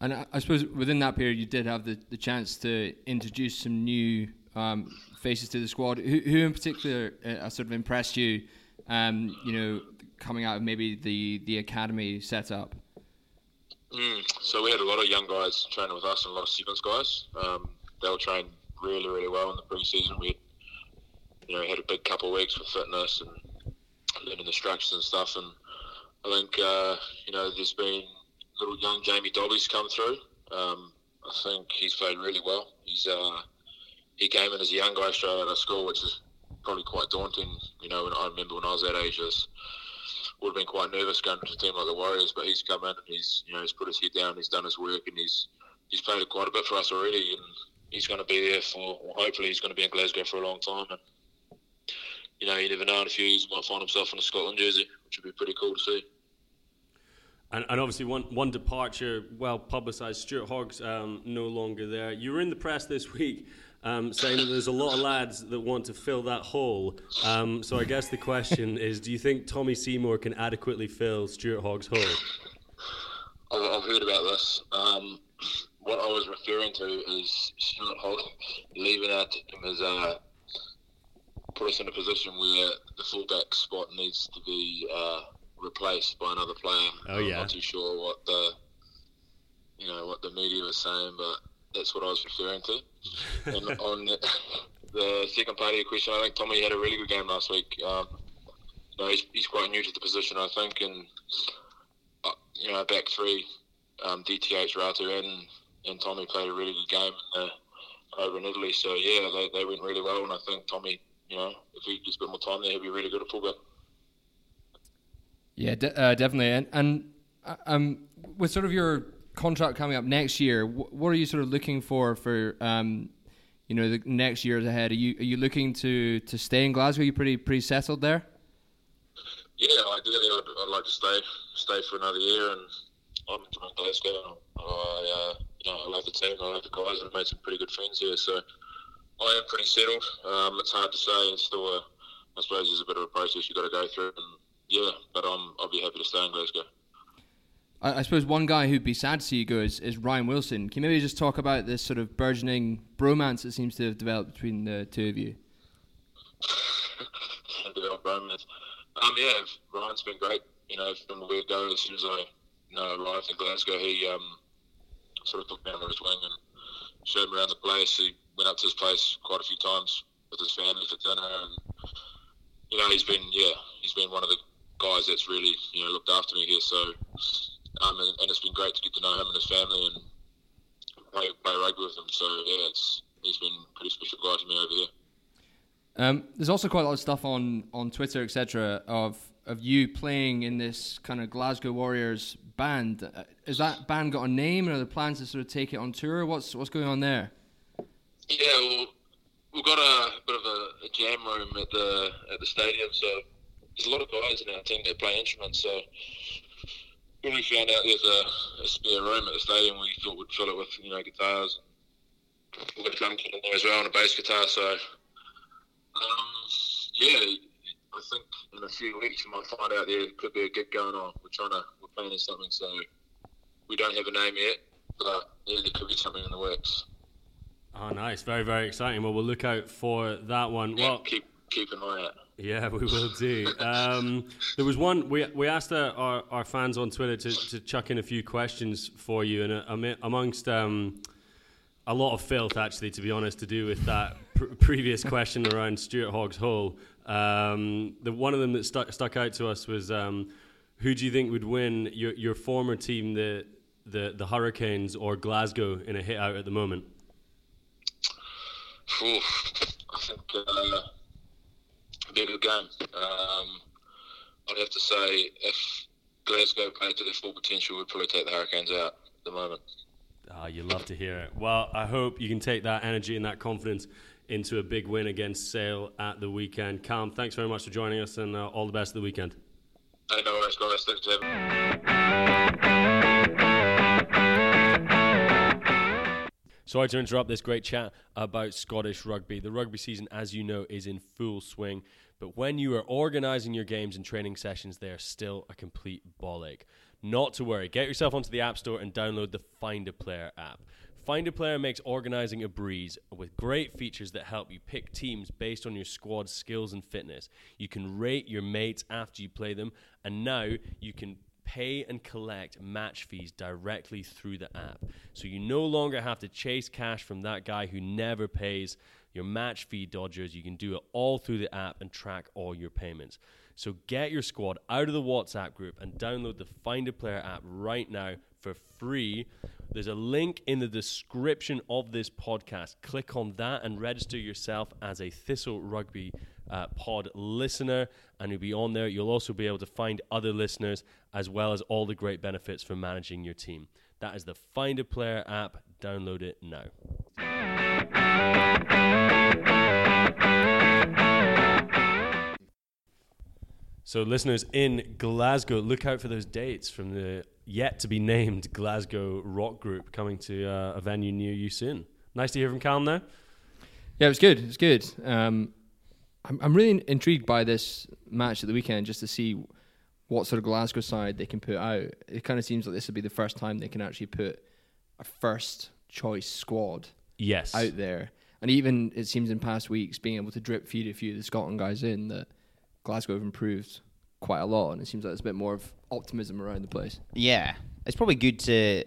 Speaker 5: And I, I suppose within that period, you did have the, the chance to introduce some new um, faces to the squad. Who, who in particular uh, sort of impressed you? Um, you know, coming out of maybe the the academy setup.
Speaker 6: Mm, so we had a lot of young guys training with us and a lot of sevens guys. Um, they were trained really, really well in the preseason. We, had, you know, had a big couple of weeks with fitness and learning the structures and stuff. And I think uh, you know, there's been little young Jamie Dobby's come through. Um, I think he's played really well. He's uh, he came in as a young guy straight out of school, which is probably quite daunting. You know, and I remember when I was that age, I would have been quite nervous going to a team like the Warriors. But he's come in and he's you know he's put his head down, he's done his work, and he's he's played quite a bit for us already. And he's going to be there for, well, hopefully, he's going to be in Glasgow for a long time. And, you know, you never know in a few years, he might find himself in a Scotland jersey, which would be pretty cool to see.
Speaker 4: And, and obviously, one, one departure, well publicised, Stuart Hoggs um, no longer there. You were in the press this week um, saying that there's a lot of lads that want to fill that hole. Um, so I guess the question is do you think Tommy Seymour can adequately fill Stuart Hoggs' hole?
Speaker 6: I've heard about this Um, what I was referring to is Stuart Hogg leaving our team has uh, put us in a position where the fullback spot needs to be uh, replaced by another player.
Speaker 4: Oh yeah.
Speaker 6: I'm not too sure what the you know what the media was saying, but that's what I was referring to. and on the, the, second part of your question, I think Tommy had a really good game last week. Um, you know, he's, he's quite new to the position, I think, and uh, you know, back three. Um, DTH Ratu and and Tommy played a really good game in the, over in Italy. So yeah, they, they went really well, and I think Tommy, you know, if he gets a bit more time there, he'll be really good at fullback.
Speaker 5: Yeah, de- uh, definitely. And, and uh, um, with sort of your contract coming up next year, wh- what are you sort of looking for for um, you know the next years ahead? Are you are you looking to to stay in Glasgow? Are you pretty pretty settled there?
Speaker 6: Yeah, ideally, I'd, I'd like to stay stay for another year and. I'm from Glasgow. I, uh, you know, I love the team. I love the guys. I've made some pretty good friends here, so I am pretty settled. Um, it's hard to say. It's still, a, I suppose, there's a bit of a process you've got to go through. And yeah, but I'm, I'll be happy to stay in Glasgow.
Speaker 5: I, I suppose one guy who'd be sad to see you go is, is Ryan Wilson. Can you maybe just talk about this sort of burgeoning bromance that seems to have developed between the two of you?
Speaker 6: developed bromance. Um, yeah, Ryan's been great. You know, from the word go, as soon as I you know, arrived in Glasgow, he um, sort of took me under his wing and showed me around the place. He went up to his place quite a few times with his family for dinner, and you know, he's been yeah, he's been one of the guys that's really you know looked after me here. So, um, and, and it's been great to get to know him and his family and play, play rugby with him. So yeah, it's he's been a pretty special guy to me over here.
Speaker 5: Um, there's also quite a lot of stuff on, on Twitter, etc., of of you playing in this kind of Glasgow Warriors band. Uh, Has that band got a name, or are there plans to sort of take it on tour? What's what's going on there?
Speaker 6: Yeah, well, we've got a bit of a, a, jam room at the at the stadium, so there's a lot of guys in our team that play instruments. So when we found out there's a, a spare room at the stadium, we thought we'd fill it with you know guitars. We've got a drum kit in there as well and a bass guitar. So um, yeah. I think in a few weeks we might find out there could be a gig going on. We're trying to we're planning something, so we don't have a name yet, but yeah, there could be something in the works.
Speaker 4: Oh, nice! Very, very exciting. Well, we'll look out for that one.
Speaker 6: Yeah,
Speaker 4: well,
Speaker 6: keep keep an eye out.
Speaker 4: Yeah, we will do. um, there was one we we asked our, our, our, fans on Twitter to, to chuck in a few questions for you, and uh, amongst. Um, a lot of filth, actually, to be honest, to do with that pr- previous question around Stuart Hogg's Hall. Um, the one of them that stuck stuck out to us was um, who do you think would win your your former team, the the the Hurricanes or Glasgow, in a hit out at the moment?
Speaker 8: Phew, I think uh, it'd be a good game.
Speaker 6: Uh,
Speaker 8: Um, I'd have to say if Glasgow played to their full potential, we'd probably take the Hurricanes out at the moment.
Speaker 4: Ah, you love to hear it. Well, I hope you can take that energy and that confidence into a big win against Sale at the weekend. Cam, thanks very much for joining us, and uh, all the best of the weekend.
Speaker 8: Hey, no worries, guys. Thanks for having me.
Speaker 4: Sorry to interrupt this great chat about Scottish rugby. The rugby season, as you know, is in full swing, but when you are organising your games and training sessions, they are still a complete bollock. Not to worry, get yourself onto the App Store and download the Find a Player app. Find a Player makes organising a breeze with great features that help you pick teams based on your squad's skills and fitness. You can rate your mates after you play them, and now you can pay and collect match fees directly through the app. So you no longer have to chase cash from that guy who never pays your match fee dodgers. You can do it all through the app and track all your payments. So get your squad out of the WhatsApp group and download the Find a Player app right now for free. There's a link in the description of this podcast. Click on that and register yourself as a Thistle Rugby uh, pod listener, and you'll be on there. You'll also be able to find other listeners as well as all the great benefits for managing your team. That is the Find a Player app. Download it now. So, listeners in Glasgow, look out for those dates from the yet to be named Glasgow rock group coming to uh, a venue near you soon. Nice to hear from Calm there.
Speaker 5: Yeah, it was good. It was good. Um, I'm, I'm really intrigued by this match at the weekend just to see what sort of Glasgow side they can put out. It kind of seems like this would be the first time they can actually put a first choice squad
Speaker 4: Yes.
Speaker 5: out there. And even it seems in past weeks being able to drip feed a few of the Scotland guys in that Glasgow have improved quite a lot, and it seems like there's a bit more of optimism around the place.
Speaker 6: Yeah, it's probably good to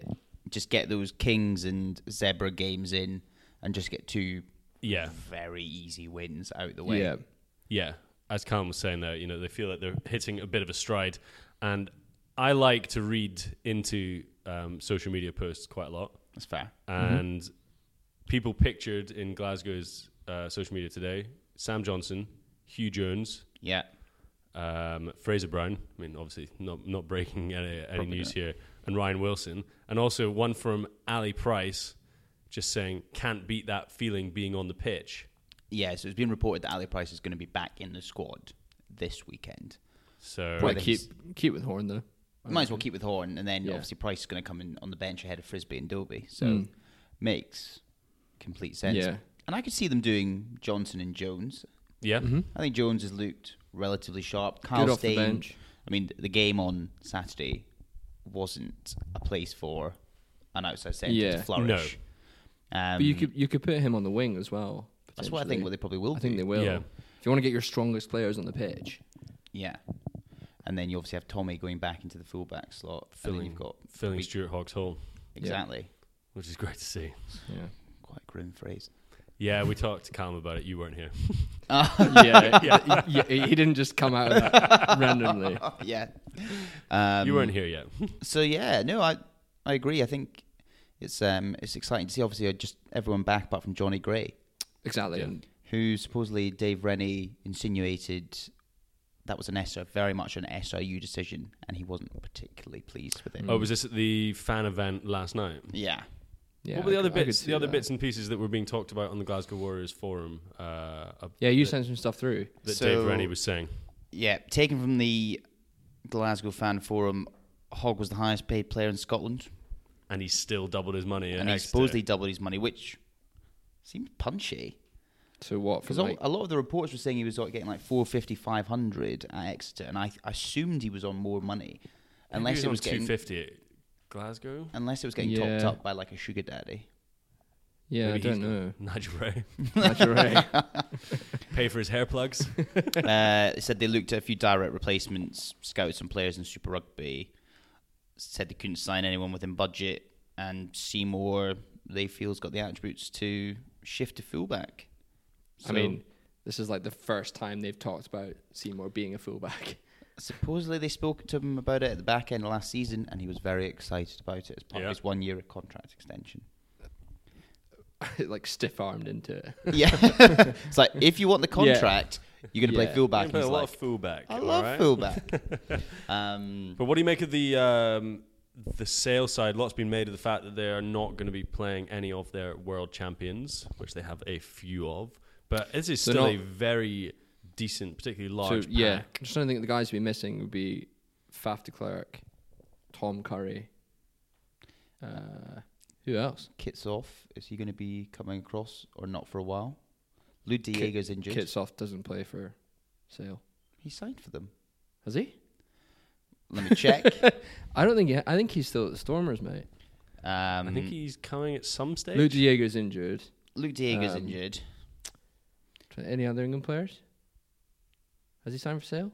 Speaker 6: just get those Kings and Zebra games in and just get two
Speaker 4: yeah.
Speaker 6: very easy wins out the way.
Speaker 5: Yeah,
Speaker 4: Yeah, as Calm was saying there, you know, they feel that they're hitting a bit of a stride, and I like to read into um, social media posts quite a lot,
Speaker 6: That's fair.
Speaker 4: and people pictured in Glasgow's uh, social media today: Sam Johnson, Hugh Jones,
Speaker 6: Yeah.
Speaker 4: um, Fraser Brown. I mean, obviously not not breaking any, any news here, and Ryan Wilson, and also one from Ali Price, just saying can't beat that feeling being on the pitch.
Speaker 6: Yeah, so it's been reported that Ali Price is going to be back in the squad this weekend.
Speaker 4: So
Speaker 6: Well,
Speaker 5: quite
Speaker 6: Whether
Speaker 5: cute, cute with Horn though.
Speaker 6: Might as well keep with Horn, and then
Speaker 5: Yeah. Hmm.
Speaker 6: obviously Price is going to come in on the bench ahead of Frisbee and Dobie. So makes complete sense.
Speaker 5: Yeah.
Speaker 6: And I could see them doing Johnson and Jones.
Speaker 4: yeah,
Speaker 6: I think Jones has looked relatively sharp. Kyle
Speaker 5: off the
Speaker 6: Stein-
Speaker 5: bench.
Speaker 6: I mean, the game on Saturday wasn't a place for an outside centre
Speaker 5: Yeah.
Speaker 6: to flourish. Um,
Speaker 5: But you could you could put him on the wing as well.
Speaker 6: That's what I
Speaker 5: potentially.
Speaker 6: think. What they probably will.
Speaker 5: I think
Speaker 6: do.
Speaker 5: they will.
Speaker 4: Yeah.
Speaker 5: If you want to get your strongest players on the pitch,
Speaker 6: Yeah. And then you obviously have Tommy going back into the fullback slot. and then
Speaker 4: filling
Speaker 6: you've got
Speaker 4: filling
Speaker 6: Weak-
Speaker 4: Stuart Hoggs Hall.
Speaker 6: exactly.
Speaker 4: which is great to see.
Speaker 5: yeah,
Speaker 6: Quite a grim phrase.
Speaker 4: Yeah, we talked to Calm about it. You weren't here.
Speaker 5: yeah, yeah. He, he didn't just come out of that randomly.
Speaker 6: yeah. Um,
Speaker 4: you weren't here yet.
Speaker 6: So yeah, no, I I agree. I think it's um it's exciting to see. Obviously, uh, just everyone back apart from Johnny Gray,
Speaker 5: Exactly.
Speaker 4: Yeah.
Speaker 6: who supposedly Dave Rennie insinuated that was an SR, very much an SIU decision, and he wasn't particularly pleased with it.
Speaker 4: oh, was this at the fan event last night?
Speaker 6: Yeah.
Speaker 5: Yeah,
Speaker 4: what were the
Speaker 5: I
Speaker 4: other
Speaker 5: could- I could
Speaker 4: bits?
Speaker 5: see
Speaker 4: The other
Speaker 5: that.
Speaker 4: bits and pieces that were being talked about on the Glasgow Warriors forum uh, uh,
Speaker 5: Yeah, you sent some stuff through.
Speaker 4: that Dave
Speaker 6: So-
Speaker 4: Rennie was saying.
Speaker 6: Yeah, taken from the Glasgow Fan Forum, Hogg was the highest paid player in Scotland,
Speaker 4: And he still doubled his money. at
Speaker 6: and he
Speaker 4: Exeter.
Speaker 6: supposedly doubled his money, which seems punchy.
Speaker 5: So what? For
Speaker 6: Because
Speaker 5: like,
Speaker 6: a lot of the reports were saying he was like, getting like 450, 500 at Exeter, and I, I assumed he was on more money,
Speaker 4: Maybe
Speaker 6: unless
Speaker 4: he
Speaker 6: it was
Speaker 4: on
Speaker 6: getting
Speaker 4: 250 at Glasgow.
Speaker 6: unless it was getting
Speaker 5: Yeah.
Speaker 6: topped up by like a sugar daddy.
Speaker 5: yeah, I
Speaker 4: Maybe he's
Speaker 5: don't know.
Speaker 4: Nigel Ray
Speaker 5: Nigel Ray.
Speaker 4: pay for his hair plugs.
Speaker 6: uh, they said they looked at a few direct replacements, scouted some players in Super Rugby, said they couldn't sign anyone within budget, and Seymour they feel's got the attributes to shift to fullback.
Speaker 5: I mean, this is like the first time they've talked about Seymour being a fullback.
Speaker 6: Supposedly they spoke to him about it at the back end of last season, and he was very excited about it as part
Speaker 4: Yeah.
Speaker 6: of his one-year contract extension.
Speaker 5: like stiff armed into it.
Speaker 6: Yeah, it's like if you want the
Speaker 5: Yeah.
Speaker 6: contract, you're gonna
Speaker 5: Yeah.
Speaker 6: play fullback. And
Speaker 4: play
Speaker 6: he's
Speaker 4: a lot
Speaker 6: like,
Speaker 4: of fullback.
Speaker 6: I
Speaker 4: all
Speaker 6: love
Speaker 4: right?
Speaker 6: fullback. um,
Speaker 4: But what do you make of the um, the sales side? Lots been made of the fact that they are not going to be playing any of their world champions, which they have a few of. But this is
Speaker 5: They're
Speaker 4: still a
Speaker 5: not-
Speaker 4: very decent, particularly
Speaker 5: So
Speaker 4: large
Speaker 5: yeah,
Speaker 4: pack.
Speaker 5: just trying to think the guys to be missing would be Faf de Klerk, Tom Curry. Uh, who else?
Speaker 6: Kits off. Is he gonna be coming across or not for a while? Lou Diego's injured.
Speaker 5: Kitsoff doesn't play for Sale.
Speaker 6: He signed for them.
Speaker 5: Has he?
Speaker 6: Let me check.
Speaker 5: I don't think. He, I think he's still at the Stormers, mate.
Speaker 6: um,
Speaker 5: Mm.
Speaker 4: I think he's coming at some stage.
Speaker 5: Lou Diego's injured.
Speaker 6: Luke Diego's
Speaker 5: um,
Speaker 6: injured.
Speaker 5: Any other England players? Has he signed for Sale?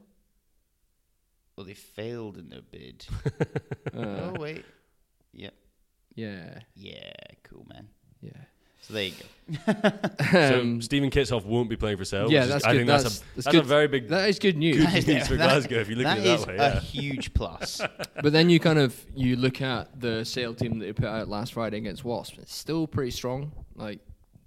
Speaker 6: Well, they failed in their bid.
Speaker 5: Uh,
Speaker 6: oh wait. Yep.
Speaker 5: yeah,
Speaker 6: Yeah. Cool, man.
Speaker 5: yeah.
Speaker 6: So there you go.
Speaker 4: so
Speaker 5: Um,
Speaker 4: Stephen Kitsoff won't be playing for sale.
Speaker 5: yeah,
Speaker 4: which is-
Speaker 5: that's
Speaker 4: I
Speaker 5: good.
Speaker 4: think
Speaker 5: that's
Speaker 4: that's, a,
Speaker 5: that's
Speaker 4: that's
Speaker 5: good.
Speaker 4: a very big
Speaker 5: That is good news.
Speaker 4: good news for Glasgow if you look at
Speaker 6: That
Speaker 4: it
Speaker 6: is
Speaker 4: that way.
Speaker 6: a
Speaker 4: Yeah.
Speaker 6: huge plus.
Speaker 5: But then you kind of you look at the sale team that they put out last Friday against Wasps. It's still pretty strong. Like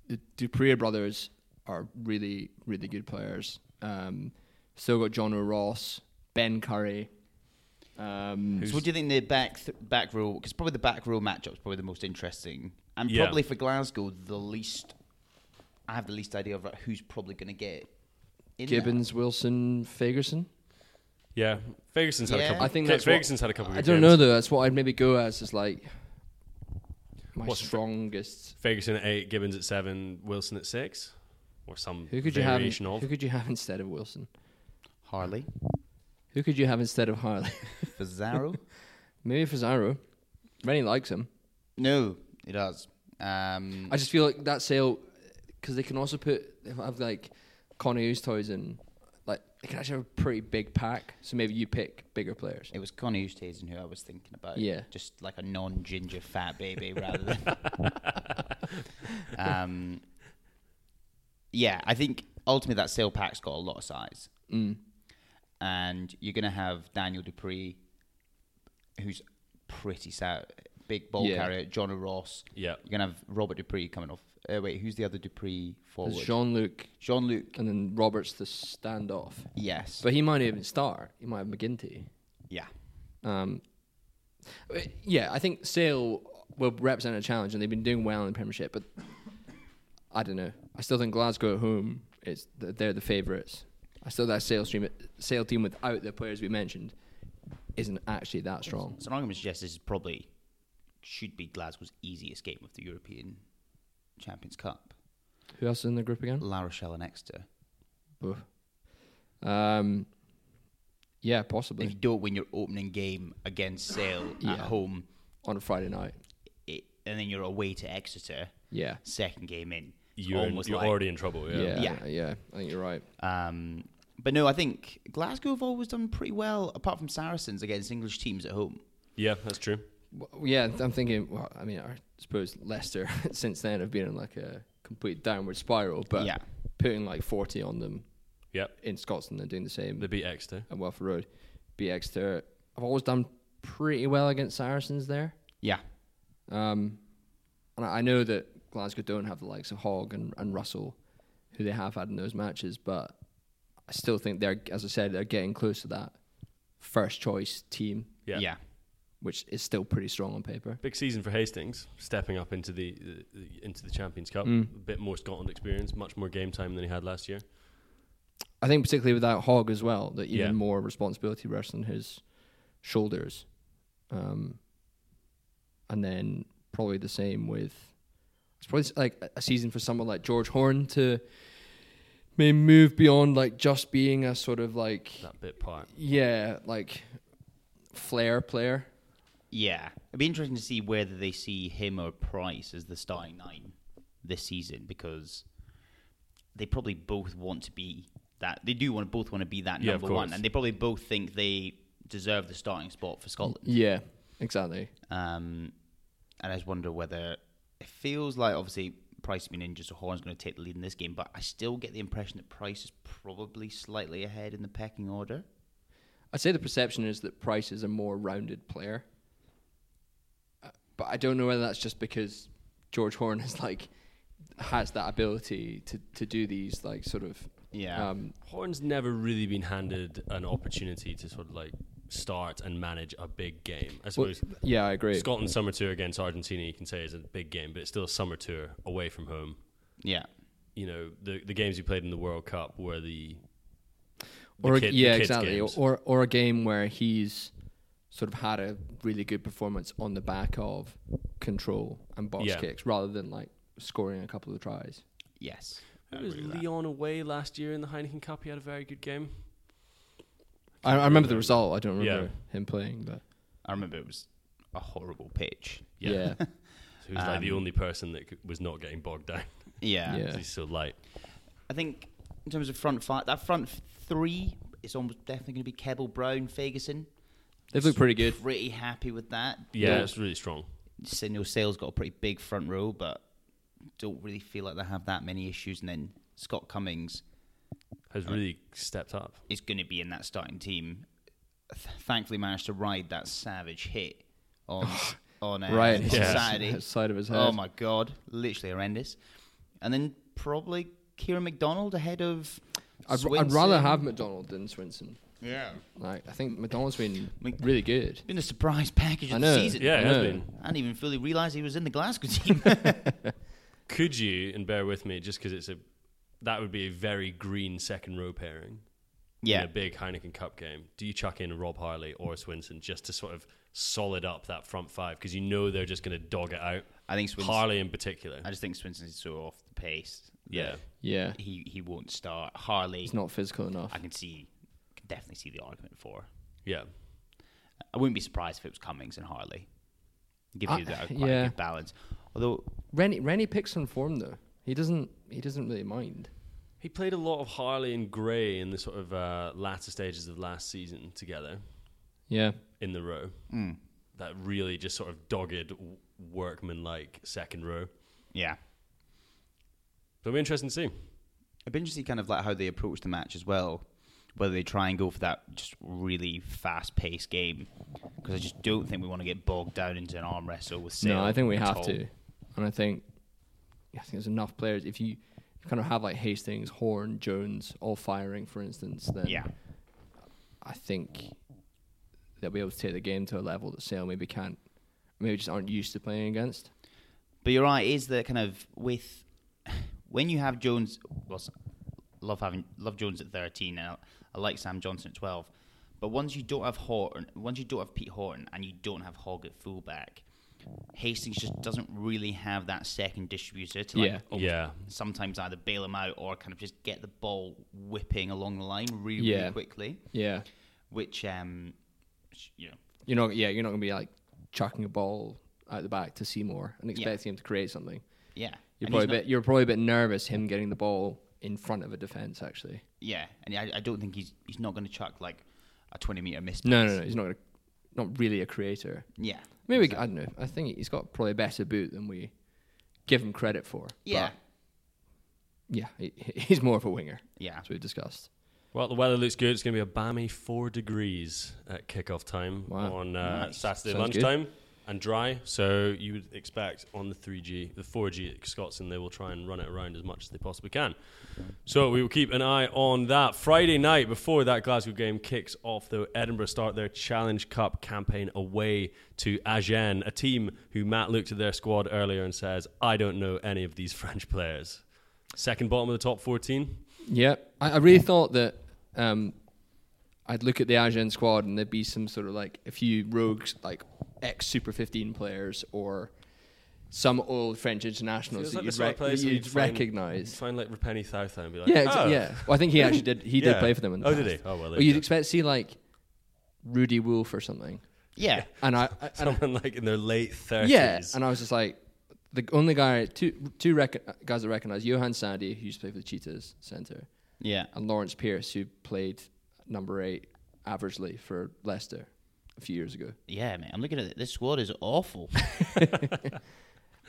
Speaker 5: the Dupree brothers are really really good players. Um, still got John Ross, Ben Curry. Um,
Speaker 6: So what do you think the back th- back row? Because probably the back row matchup's probably the most interesting, and
Speaker 4: Yeah.
Speaker 6: probably for Glasgow the least. I have the least idea of who's probably going to get in there.
Speaker 5: Gibbons, Wilson, Fagerson.
Speaker 4: yeah, Ferguson's had a
Speaker 6: Yeah.
Speaker 4: couple.
Speaker 5: I think
Speaker 4: Kit
Speaker 5: that's what-
Speaker 4: Ferguson's had a couple.
Speaker 5: I
Speaker 4: good
Speaker 5: don't
Speaker 4: games.
Speaker 5: know though. That's what I'd maybe go as is like my
Speaker 4: What's-
Speaker 5: strongest.
Speaker 4: Ferguson at eight, Gibbons at seven, Wilson at six, or some
Speaker 5: Who could you have?
Speaker 4: variation
Speaker 5: Who
Speaker 4: of.
Speaker 5: could you have instead of Wilson?
Speaker 6: Harley,
Speaker 5: Who could you have instead of Harley?
Speaker 6: Pizarro.
Speaker 5: maybe Fazaro. Rennie likes him.
Speaker 6: no, he does. Um,
Speaker 5: I just feel like that sale because they can also put they have like Connie toys and like they can actually have a pretty big pack. So maybe you pick bigger players.
Speaker 6: it was Connie Ustazen who I was thinking about.
Speaker 5: Yeah.
Speaker 6: just like a non-ginger fat baby rather than. um, yeah, I think ultimately that sale pack's got a lot of size.
Speaker 5: Mm.
Speaker 6: and you're going to have Daniel Dupree, who's pretty sou- big ball
Speaker 5: Yeah.
Speaker 6: carrier, John Ross.
Speaker 4: Yeah.
Speaker 6: You're going to have Robert Dupree coming off. Uh, wait, who's the other Dupree forward?
Speaker 5: Jean Luc
Speaker 6: Jean Luc.
Speaker 5: and then Roberts the standoff,
Speaker 6: Yes.
Speaker 5: but he might not even start. He might have McGinty.
Speaker 6: yeah.
Speaker 5: Um, uh, yeah, I think Sale will represent a challenge, and they've been doing well in the Premiership. But I don't know. I still think Glasgow at home is th- they're the favourites. I still think that Sale stream Sale team without the players we mentioned isn't actually that strong.
Speaker 6: So I'm going to suggest this is probably should be Glasgow's easiest game of the European Champions Cup.
Speaker 5: Who else is in the group
Speaker 4: Mm-hmm.
Speaker 5: again?
Speaker 6: La Rochelle and Exeter.
Speaker 5: Oof. Um, yeah,
Speaker 6: If you
Speaker 5: possibly
Speaker 6: don't win your opening game against Sale at
Speaker 5: Yeah.
Speaker 6: home,
Speaker 5: on a Friday night.
Speaker 6: it, and then you're away to Exeter,
Speaker 5: Yeah,
Speaker 6: second game in, it's
Speaker 4: You're, in,
Speaker 6: almost
Speaker 4: you're
Speaker 6: like
Speaker 4: already in trouble. Oh, Yeah.
Speaker 5: yeah, yeah,
Speaker 6: Yeah.
Speaker 5: I think you're right.
Speaker 6: Um, but no, I think Glasgow have always done pretty well, apart from Saracens against English teams at home.
Speaker 4: Yeah, that's true.
Speaker 5: Well, yeah, I'm thinking. Well, I mean, I suppose Leicester since then have been in like a complete downward spiral. But
Speaker 6: Yeah.
Speaker 5: putting like 40 on them
Speaker 4: Yep.
Speaker 5: in Scotland and doing the same
Speaker 4: They beat Exeter.
Speaker 5: at Welford Road, beat Exeter. I've always done pretty well against Saracens there.
Speaker 6: Yeah,
Speaker 5: Um, and I I know that Glasgow don't have the likes of Hogg and, and Russell, who they have had in those matches, but I still think they're, as I said, they're getting close to that first choice team,
Speaker 4: Yeah.
Speaker 6: yeah.
Speaker 5: which is still pretty strong on paper.
Speaker 4: Big season for Hastings, stepping up into the uh, into the Champions Cup.
Speaker 6: Mm.
Speaker 4: A bit more Scotland experience, much more game time than he had last year.
Speaker 5: I think particularly without Hogg as well, that even
Speaker 4: Yeah.
Speaker 5: more responsibility rests on his shoulders. Um, and then probably the same with it's probably s- like a- a season for someone like George Horn to maybe move beyond like just being a sort of like
Speaker 4: That bit part.
Speaker 5: yeah, like flair player.
Speaker 6: Yeah, it'd be interesting to see whether they see him or Price as the starting nine this season because they probably both want to be that. They do want both want to be that
Speaker 4: Yeah, of
Speaker 6: number one,
Speaker 4: course.
Speaker 6: and they probably both think they deserve the starting spot for Scotland.
Speaker 5: Yeah, exactly.
Speaker 4: Mm.
Speaker 6: Um, and I just wonder whether it feels like obviously Price has been injured, so Horn's going to take the lead in this game. But I still get the impression that Price is probably slightly ahead in the pecking order.
Speaker 5: I'd say the perception is that Price is a more rounded player, Uh, but I don't know whether that's just because George Horn is like has that ability to, to do these like sort of
Speaker 6: Yeah.
Speaker 5: um,
Speaker 4: Horn's never really been handed an opportunity to sort of like start and manage a big game. I
Speaker 5: well,
Speaker 4: suppose
Speaker 5: yeah, I agree.
Speaker 4: Scotland summer tour against Argentina, you can say is a big game, but it's still a summer tour away from home.
Speaker 6: yeah.
Speaker 4: You know, the the games he played in the World Cup were the, the
Speaker 5: or a-
Speaker 4: kid- the
Speaker 5: yeah,
Speaker 4: kids'
Speaker 5: exactly,
Speaker 4: games.
Speaker 5: or or a game where he's sort of had a really good performance on the back of control and box
Speaker 4: Yeah.
Speaker 5: kicks rather than like scoring a couple of tries.
Speaker 6: Yes.
Speaker 4: Who was Leon away last year in the Heineken Cup? He had a very good game.
Speaker 5: I, I remember the result. I don't
Speaker 4: Yeah.
Speaker 5: remember him playing, but
Speaker 6: I remember it was a horrible pitch.
Speaker 5: yeah, yeah,
Speaker 4: So he was like the only person that c- was not getting bogged down. 'cause
Speaker 6: Yeah.
Speaker 5: Yeah.
Speaker 4: He's so light.
Speaker 6: I think in terms of front five, that front f- three is almost definitely going to be Kebble, Brown, Ferguson.
Speaker 5: they've looked pretty good.
Speaker 6: Pretty happy with that.
Speaker 4: Yeah,
Speaker 5: Yeah.
Speaker 4: it's really strong.
Speaker 6: Samuel Sale's got a pretty big front row, but don't really feel like they have that many issues. And then Scott Cummings
Speaker 4: Has really stepped up.
Speaker 6: is going to be in that starting team. Th- thankfully, managed to ride that savage hit on on, uh,
Speaker 5: Right,
Speaker 6: on
Speaker 5: yeah.
Speaker 6: Saturday.
Speaker 5: Side of his head.
Speaker 6: Oh my god, literally horrendous. And then probably Kieran McDonald ahead of.
Speaker 5: I'd, r- I'd rather
Speaker 6: Swinson.
Speaker 5: have McDonald than Swinson.
Speaker 6: Yeah,
Speaker 5: Like I think McDonald's been
Speaker 6: Mc-
Speaker 5: really good.
Speaker 6: been a surprise package
Speaker 5: I
Speaker 6: of
Speaker 5: know.
Speaker 6: the season.
Speaker 4: Yeah, it has
Speaker 5: know.
Speaker 4: been.
Speaker 6: I didn't even fully realise he was in the Glasgow team.
Speaker 4: Could you, and bear with me, just because it's a, that would be a very green second row pairing. In
Speaker 6: yeah,
Speaker 4: a big Heineken Cup game, do you chuck in Rob Harley or Swinson just to sort of solid up that front five because you know they're just going to dog it out?
Speaker 6: I think Swinson-
Speaker 4: Harley in particular.
Speaker 6: I just think Swinson's so off the pace. that
Speaker 4: yeah,
Speaker 5: Yeah,
Speaker 6: he he won't start. Harley,
Speaker 5: he's not physical enough.
Speaker 6: I can see, can definitely see the argument for.
Speaker 4: yeah.
Speaker 6: I wouldn't be surprised if it was Cummings and Harley. Give
Speaker 5: I-
Speaker 6: you that quite
Speaker 5: yeah.
Speaker 6: a good balance. Although
Speaker 5: Rennie Rennie picks on form though. He doesn't. He doesn't really mind.
Speaker 4: He played a lot of Harley and Gray in the sort of uh, latter stages of last season together
Speaker 5: Yeah.
Speaker 4: in the row. That really just sort of dogged, w- workman-like second row.
Speaker 6: Yeah.
Speaker 4: So it'll be interesting to see.
Speaker 6: It'd be interesting kind of like how they approach the match as well. Whether they try and go for that just really fast paced game. Because I just don't think we want to get bogged down into an arm wrestle with Sale.
Speaker 5: no, I think we
Speaker 6: at
Speaker 5: have
Speaker 6: all.
Speaker 5: to, and I think I think there's enough players. If you kind of have like Hastings, Horn, Jones all firing, for instance, then
Speaker 6: Yeah.
Speaker 5: I think they'll be able to take the game to a level that Sale maybe can't, maybe just aren't used to playing against.
Speaker 6: But you're right, is the kind of with when you have Jones well s- love having love Jones at thirteen and I, I like Sam Johnson at twelve. But once you don't have Horton once you don't have Pete Horton and you don't have Hogg at fullback, Hastings just doesn't really have that second distributor to like
Speaker 5: Yeah.
Speaker 6: almost
Speaker 4: Yeah.
Speaker 6: sometimes either bail him out or kind of just get the ball whipping along the line really,
Speaker 5: Yeah.
Speaker 6: really quickly.
Speaker 5: Yeah,
Speaker 6: Which um sh- you know
Speaker 5: you're not. Yeah, you're not gonna be like chucking a ball out the back to Seymour and expecting him to create something.
Speaker 6: yeah.
Speaker 5: You're
Speaker 6: And
Speaker 5: probably
Speaker 6: he's
Speaker 5: a bit, you're probably a bit nervous him getting the ball in front of a defense actually.
Speaker 6: Yeah, and I, I don't think he's he's not going to chuck like a twenty meter miss.
Speaker 5: No, no,
Speaker 6: pass.
Speaker 5: no. He's not gonna, not really a creator.
Speaker 6: Yeah,
Speaker 5: Maybe I don't know. I think he's got probably a better boot than we give him credit for.
Speaker 6: yeah,
Speaker 5: But yeah, he, he's more of a winger,
Speaker 6: yeah.
Speaker 5: as we've discussed.
Speaker 4: Well, the weather looks good. It's going to be a balmy four degrees at kickoff time
Speaker 5: Wow.
Speaker 4: on uh, Saturday
Speaker 5: Sounds good.
Speaker 4: lunchtime and dry. So you would expect on the 3G, the 4G at Scotsland, they will try and run it around as much as they possibly can. So we will keep an eye on that. Friday night, before that Glasgow game kicks off, though, Edinburgh start their Challenge Cup campaign away to Agen, a team who Matt looked at their squad earlier and says, I don't know any of these French players. Second bottom of the top 14.
Speaker 5: Yeah, I, I really thought that um, I'd look at the Agen squad and there'd be some sort of like a few rogues, like ex Super 15 players or some old French
Speaker 4: Feels
Speaker 5: internationals that
Speaker 4: like the
Speaker 5: you'd,
Speaker 4: sort
Speaker 5: rec-
Speaker 4: of place
Speaker 5: that
Speaker 4: where
Speaker 5: you'd
Speaker 4: you'd find-
Speaker 5: recognize.
Speaker 4: Find like Repenny Southdown and be like,
Speaker 5: Yeah, exa-
Speaker 4: "Oh,
Speaker 5: yeah. Well, I think he actually did. He did
Speaker 4: Yeah.
Speaker 5: play for them. In the
Speaker 4: Oh, did he?
Speaker 5: past.
Speaker 4: Oh, well, there
Speaker 5: Or
Speaker 4: you
Speaker 5: you'd
Speaker 4: go.
Speaker 5: expect to see like Rudy Wolf or something.
Speaker 6: yeah.
Speaker 5: And I, I and I-
Speaker 4: Someone like in their late thirties.
Speaker 5: yeah, and I was just like, the only guy, two two rec- guys I recognize, Johan Sandy, who used to play for the Cheetahs center,
Speaker 6: Yeah.
Speaker 5: and Lawrence Pierce, who played number eight averagely for Leicester a few years ago.
Speaker 6: Yeah, man. I'm looking at it. This squad is awful.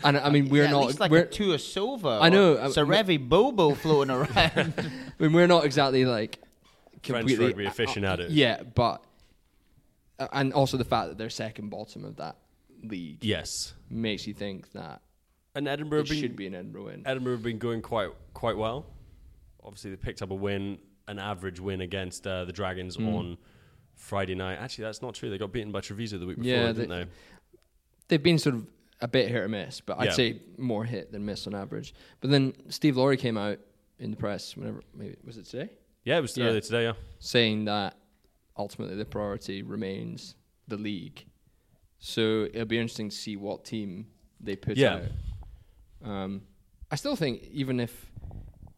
Speaker 5: And I mean, we're
Speaker 6: Yeah, At
Speaker 5: not
Speaker 6: least like
Speaker 5: we're,
Speaker 6: a Tua Silva.
Speaker 5: I know, uh,
Speaker 6: Or
Speaker 5: I'm-
Speaker 6: Sarevi Bobo floating around.
Speaker 5: I mean, we're not exactly like
Speaker 4: French
Speaker 5: completely-
Speaker 4: rugby aficionados.
Speaker 5: yeah, but uh, and also the fact that they're second bottom of that league
Speaker 4: Yes.
Speaker 5: makes you think that
Speaker 4: And Edinburgh
Speaker 5: It
Speaker 4: have been,
Speaker 5: should be an Edinburgh win.
Speaker 4: Edinburgh have been going quite quite well. Obviously, they picked up a win, an average win against uh, the Dragons
Speaker 5: Mm.
Speaker 4: on Friday night. Actually, that's not true. They got beaten by Treviso the week before,
Speaker 5: Yeah,
Speaker 4: didn't
Speaker 5: they-
Speaker 4: they?
Speaker 5: They've been sort of a bit hit or miss, but I'd
Speaker 4: Yeah.
Speaker 5: say more hit than miss on average. But then Steve Lawrie came out in the press whenever maybe was it today
Speaker 4: Yeah, it was
Speaker 5: Yeah.
Speaker 4: earlier today. Yeah.
Speaker 5: saying that ultimately the priority remains the league. So it'll be interesting to see what team they put
Speaker 4: Yeah.
Speaker 5: out. Um, I still think even if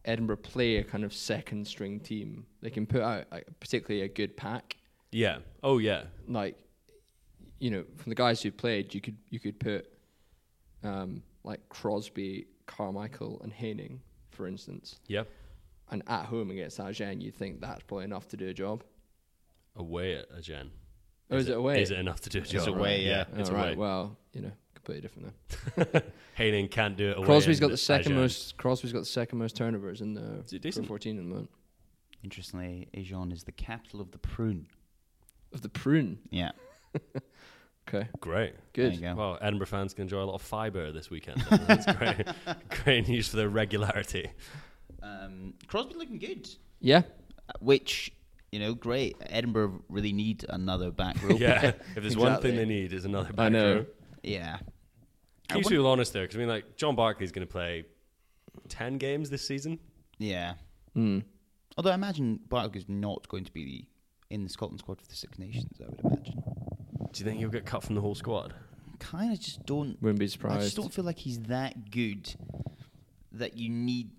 Speaker 5: Edinburgh play a kind of second string team, they can put out like, particularly a good pack.
Speaker 4: Yeah. Oh yeah.
Speaker 5: Like you know, from the guys who played, you could you could put um, like Crosby, Carmichael, and Haining, for instance.
Speaker 4: Yeah.
Speaker 5: And at home against Agen, you'd think that's probably enough to do a job.
Speaker 4: Away at Agen.
Speaker 5: Oh, is, it away?
Speaker 4: Is it enough to do a job?
Speaker 6: away, yeah.
Speaker 4: It's
Speaker 5: oh,
Speaker 4: away.
Speaker 5: right. Well, you know, completely different then.
Speaker 4: Haining can't do it away.
Speaker 5: Crosby's
Speaker 4: in
Speaker 5: got the second
Speaker 4: Agen.
Speaker 5: most. Crosby's got the second most turnovers in the
Speaker 4: it decent?
Speaker 5: Pro 14 at the moment
Speaker 6: Interestingly, Ajon is the capital of the prune.
Speaker 5: of the prune.
Speaker 6: Yeah,
Speaker 5: Okay,
Speaker 4: Great.
Speaker 6: there you
Speaker 5: good.
Speaker 6: go.
Speaker 4: Well, Edinburgh fans can enjoy a lot of fibre this weekend. then. That's great. great news for their regularity.
Speaker 6: Um, Crosby looking good,
Speaker 5: Yeah,
Speaker 6: Uh, which you know, great. Edinburgh really need another back row.
Speaker 4: Yeah. If there's one thing
Speaker 6: Exactly.
Speaker 4: they need, is another back
Speaker 5: I know.
Speaker 4: row.
Speaker 6: yeah.
Speaker 4: Keep us all honest though, because I mean, like John Barkley's going to play ten games this season.
Speaker 6: Yeah.
Speaker 5: Hmm.
Speaker 6: Although I imagine Bartok is not going to be in the Scotland squad for the Six Nations. I would imagine.
Speaker 4: Do you think he'll get cut from the whole squad?
Speaker 6: Kind of just don't.
Speaker 5: Wouldn't be
Speaker 6: I just
Speaker 5: surprised.
Speaker 6: don't feel like he's that good that you need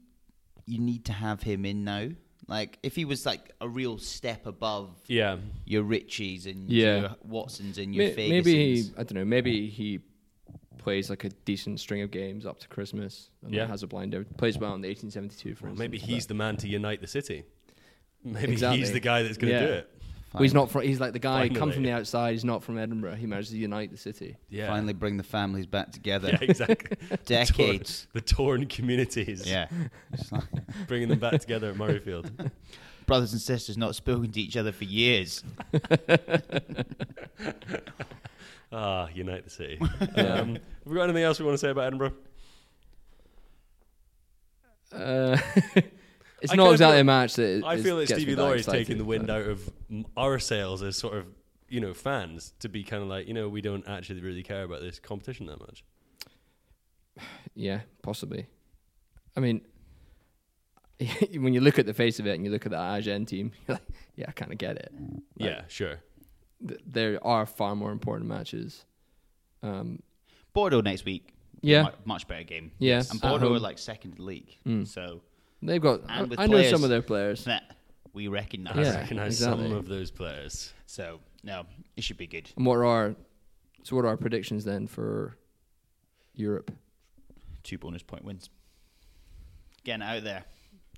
Speaker 6: you need to have him in now. Like if he was like a real step above
Speaker 4: Yeah.
Speaker 6: your Richies and
Speaker 5: Yeah.
Speaker 6: your Watsons and your
Speaker 5: Ma-
Speaker 6: Fergusons.
Speaker 5: maybe he, I don't know. Maybe he plays like a decent string of games up to Christmas. And
Speaker 4: Yeah.
Speaker 5: yeah, has a blinder. Plays well in the 1872. For
Speaker 4: Well,
Speaker 5: instance,
Speaker 4: maybe
Speaker 5: but-
Speaker 4: he's the man to unite the city. Maybe he's
Speaker 5: Mm, Exactly.
Speaker 4: the guy that's going to
Speaker 5: Yeah.
Speaker 4: do it.
Speaker 5: Well, he's not. From, he's like the guy come from
Speaker 4: Finally.
Speaker 5: the outside. He's not from Edinburgh. He managed to unite the city.
Speaker 4: Yeah.
Speaker 6: Finally, bring the families back together.
Speaker 4: Yeah, exactly. The torn-
Speaker 6: Decades.
Speaker 4: The torn, communities.
Speaker 6: Yeah. It's like
Speaker 4: Bringing them back together at Murrayfield.
Speaker 6: brothers and sisters not spoken to each other for years.
Speaker 4: Ah, unite the city. um, have we got anything else we want to say about Edinburgh?
Speaker 5: Uh, it's
Speaker 4: I
Speaker 5: not
Speaker 4: kinda
Speaker 5: exactly
Speaker 4: feel-
Speaker 5: a match that
Speaker 4: I
Speaker 5: is-
Speaker 4: feel that
Speaker 5: gets me
Speaker 4: Stevie
Speaker 5: that
Speaker 4: Laurie's
Speaker 5: excited,
Speaker 4: taking the wind
Speaker 5: but-
Speaker 4: out of m- our sales as sort of, you know, fans to be kind of like, you know, we don't actually really care about this competition that much.
Speaker 5: Yeah, possibly. I mean, when you look at the face of it and you look at that Agen team, you're like, yeah, I kind of get it.
Speaker 4: yeah, sure.
Speaker 5: Th- There are far more important matches. Um,
Speaker 6: Bordeaux next week.
Speaker 5: Yeah.
Speaker 6: Mu- much better game.
Speaker 5: Yeah,
Speaker 6: and
Speaker 5: at
Speaker 6: Bordeaux are
Speaker 5: home.
Speaker 6: like second in the league, so
Speaker 5: they've got. I,
Speaker 6: And with
Speaker 5: I know
Speaker 6: players
Speaker 5: some of their players.
Speaker 6: that we recognise.
Speaker 4: I
Speaker 5: Yeah.
Speaker 4: recognise some
Speaker 5: exactly. Mm.
Speaker 4: of those players.
Speaker 6: So no, it should be good.
Speaker 5: And what are our, so? What are our predictions then for Europe?
Speaker 6: Two bonus point wins. Getting it out there.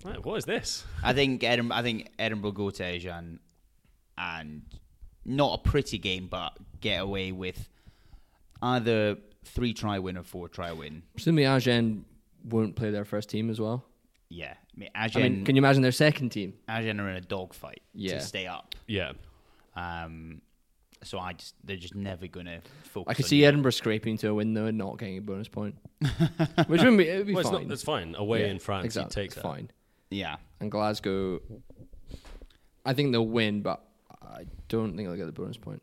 Speaker 4: Right, what is this?
Speaker 6: I think Edinburgh. I think Edinburgh go to Ajan, and not a pretty game, but get away with either three try win or four try win.
Speaker 5: Presumably Agen won't play their first team as well.
Speaker 6: Yeah, I mean Ajan.
Speaker 5: I mean, can you imagine their second team?
Speaker 6: Ajan are in a dogfight
Speaker 5: Yeah.
Speaker 6: to stay up.
Speaker 4: Yeah.
Speaker 6: Um, so I just they're just never gonna focus.
Speaker 5: I could
Speaker 6: on
Speaker 5: see Edinburgh scraping to a win though and not getting a bonus point, which would be, it'd be
Speaker 4: Well, it's
Speaker 5: fine.
Speaker 4: not, that's fine. Away
Speaker 5: Yeah,
Speaker 4: in France,
Speaker 5: exactly.
Speaker 4: you take
Speaker 5: it's
Speaker 4: that.
Speaker 5: fine.
Speaker 6: Yeah,
Speaker 5: and Glasgow. I think they'll win, but I don't think they'll get the bonus point.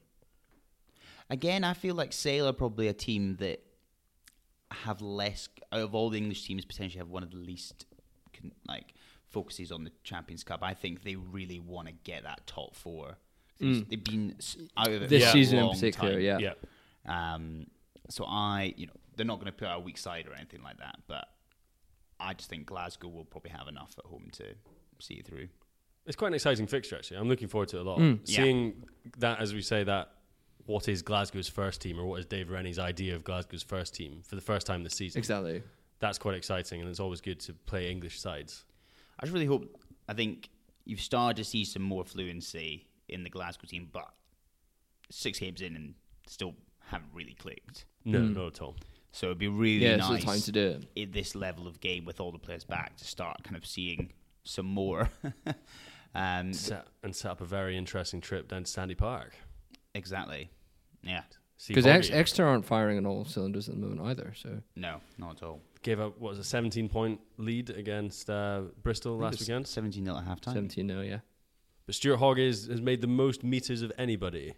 Speaker 6: Again, I feel like Sale are probably a team that have less out of all the English teams potentially have one of the least con- like focuses on the Champions Cup. I think they really want to get that top four. They've been s- out of it
Speaker 5: Mm. This
Speaker 6: for a
Speaker 5: season in
Speaker 6: long
Speaker 5: particular,
Speaker 6: time.
Speaker 5: yeah.
Speaker 4: Yeah.
Speaker 6: Um, so I, you know, they're not going to put out a weak side or anything like that, but I just think Glasgow will probably have enough at home to see it through.
Speaker 4: It's quite an exciting fixture, actually. I'm looking forward to it a lot.
Speaker 5: Mm,
Speaker 6: Yeah.
Speaker 4: Seeing that, as we say, that what is Glasgow's first team or what is Dave Rennie's idea of Glasgow's first team for the first time this season.
Speaker 5: Exactly.
Speaker 4: That's quite exciting, and it's always good to play English sides.
Speaker 6: I just really hope. I think you've started to see some more fluency in the Glasgow team, but six games in and still haven't really clicked.
Speaker 4: No, not at all.
Speaker 6: So it'd be really
Speaker 5: yeah,
Speaker 6: nice
Speaker 5: it's the time to do it.
Speaker 6: in this level of game with all the players back to start kind of seeing some more. um,
Speaker 4: Set, and set up a very interesting trip down to Sandy Park.
Speaker 6: exactly. Yeah.
Speaker 4: See,
Speaker 5: Because
Speaker 4: Bobby
Speaker 5: Ex- Exeter aren't firing on all cylinders at the moment either. So
Speaker 6: No, not at all.
Speaker 4: gave up what was a 17 point lead against uh, Bristol last weekend.
Speaker 6: 17 nil at half time.
Speaker 5: 17 0, yeah.
Speaker 4: But Stuart Hogg is, has made the most meters of anybody.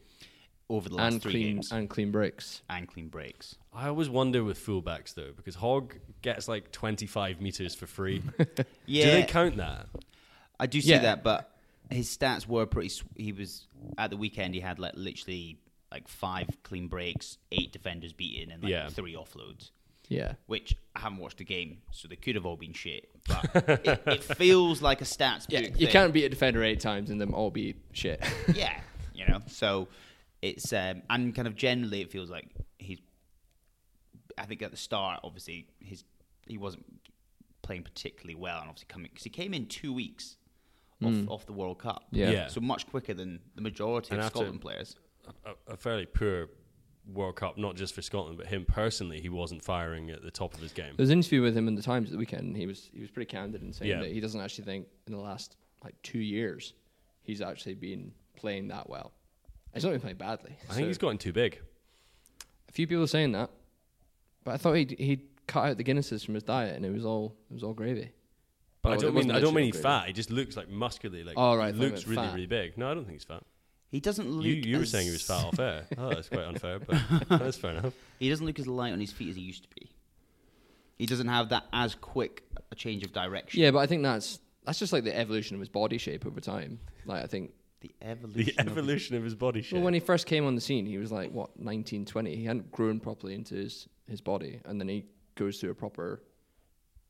Speaker 6: Over the last
Speaker 5: And
Speaker 6: three
Speaker 5: clean,
Speaker 6: games. And,
Speaker 5: and clean breaks.
Speaker 6: clean breaks.
Speaker 4: I always wonder with fullbacks though, because Hogg gets like 25 meters for free.
Speaker 6: Yeah.
Speaker 4: Do they count that?
Speaker 6: I do see
Speaker 5: Yeah.
Speaker 6: that, but his stats were pretty. Sw- he was at the weekend. He had like literally like five clean breaks, eight defenders beaten, and like
Speaker 4: Yeah.
Speaker 6: three offloads.
Speaker 5: Yeah.
Speaker 6: Which I haven't watched the game, so they could have all been shit. But it, it feels like a stats book.
Speaker 5: Yeah, you
Speaker 6: thing.
Speaker 5: can't beat a defender eight times and them all be shit.
Speaker 6: yeah, you know. So it's um, and kind of generally it feels like he's. I think at the start, obviously, his he wasn't playing particularly well, and obviously coming because he came in two weeks off, off the World Cup,
Speaker 5: Mm. Yeah.
Speaker 4: Yeah.
Speaker 6: so much quicker than the majority
Speaker 4: And
Speaker 6: of
Speaker 4: after-
Speaker 6: Scotland players.
Speaker 4: A, a fairly poor World Cup, not just for Scotland, but him personally, he wasn't firing at the top of his game.
Speaker 5: There was an interview with him in the Times at the weekend, and he was he was pretty candid in saying
Speaker 4: Yeah.
Speaker 5: that he doesn't actually think in the last like two years he's actually been playing that well. He's not even playing badly.
Speaker 4: I think he's gotten too big.
Speaker 5: A few people are saying that, but I thought he he cut out the Guinnesses from his diet, and it was all it was all gravy.
Speaker 4: But
Speaker 5: Oh,
Speaker 4: I
Speaker 5: it
Speaker 4: don't mean
Speaker 5: wasn't
Speaker 4: I don't mean
Speaker 5: literally
Speaker 4: he's
Speaker 5: upgraded.
Speaker 4: fat. He just looks like muscularly. Like
Speaker 5: Oh, right, I
Speaker 4: he
Speaker 5: thought you
Speaker 4: looks
Speaker 5: meant
Speaker 4: really
Speaker 5: fat.
Speaker 4: really big. No, I don't think he's fat.
Speaker 6: He doesn't look.
Speaker 4: You you were
Speaker 6: as-
Speaker 4: saying he was fat off air. Oh, that's quite unfair, but that's fair enough.
Speaker 6: He doesn't look as light on his feet as he used to be. He doesn't have that as quick a change of direction.
Speaker 5: Yeah, but I think that's that's just like the evolution of his body shape over time. Like I think
Speaker 6: The evolution.
Speaker 4: The e-
Speaker 6: of his-
Speaker 4: evolution of his body shape.
Speaker 5: well, when he first came on the scene, he was like what 19, 20. He hadn't grown properly into his his body, and then he goes through a proper.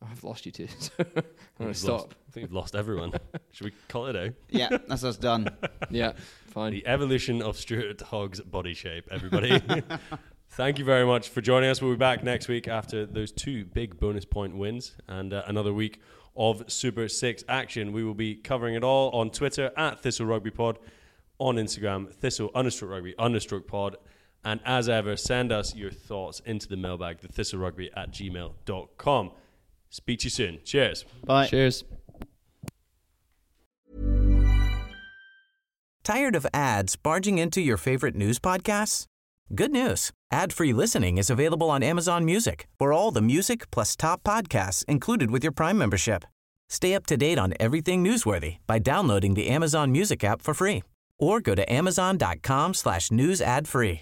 Speaker 5: "Oh, I've lost you two. so I'm gonna
Speaker 4: We've lost-
Speaker 5: stop.
Speaker 4: I think we've lost everyone. Should we call it out?
Speaker 6: yeah, that's us done.
Speaker 5: Yeah, fine.
Speaker 4: The evolution of Stuart Hogg's body shape, everybody. Thank you very much for joining us. We'll be back next week after those two big bonus point wins and uh, another week of Super Six action. We will be covering it all on Twitter at Thistle Rugby Pod, on Instagram Thistle understroke Rugby understroke Pod, and as ever, send us your thoughts into the mailbag, the Thistle Rugby at gmail.com. Speak to you soon. Cheers.
Speaker 6: Bye.
Speaker 5: Cheers.
Speaker 3: Tired of ads barging into your favorite news podcasts? Good news. Ad-free listening is available on Amazon Music. For all the music plus top podcasts included with your Prime membership. Stay up to date on everything newsworthy by downloading the Amazon Music app for free or go to amazon.com slash news ad free.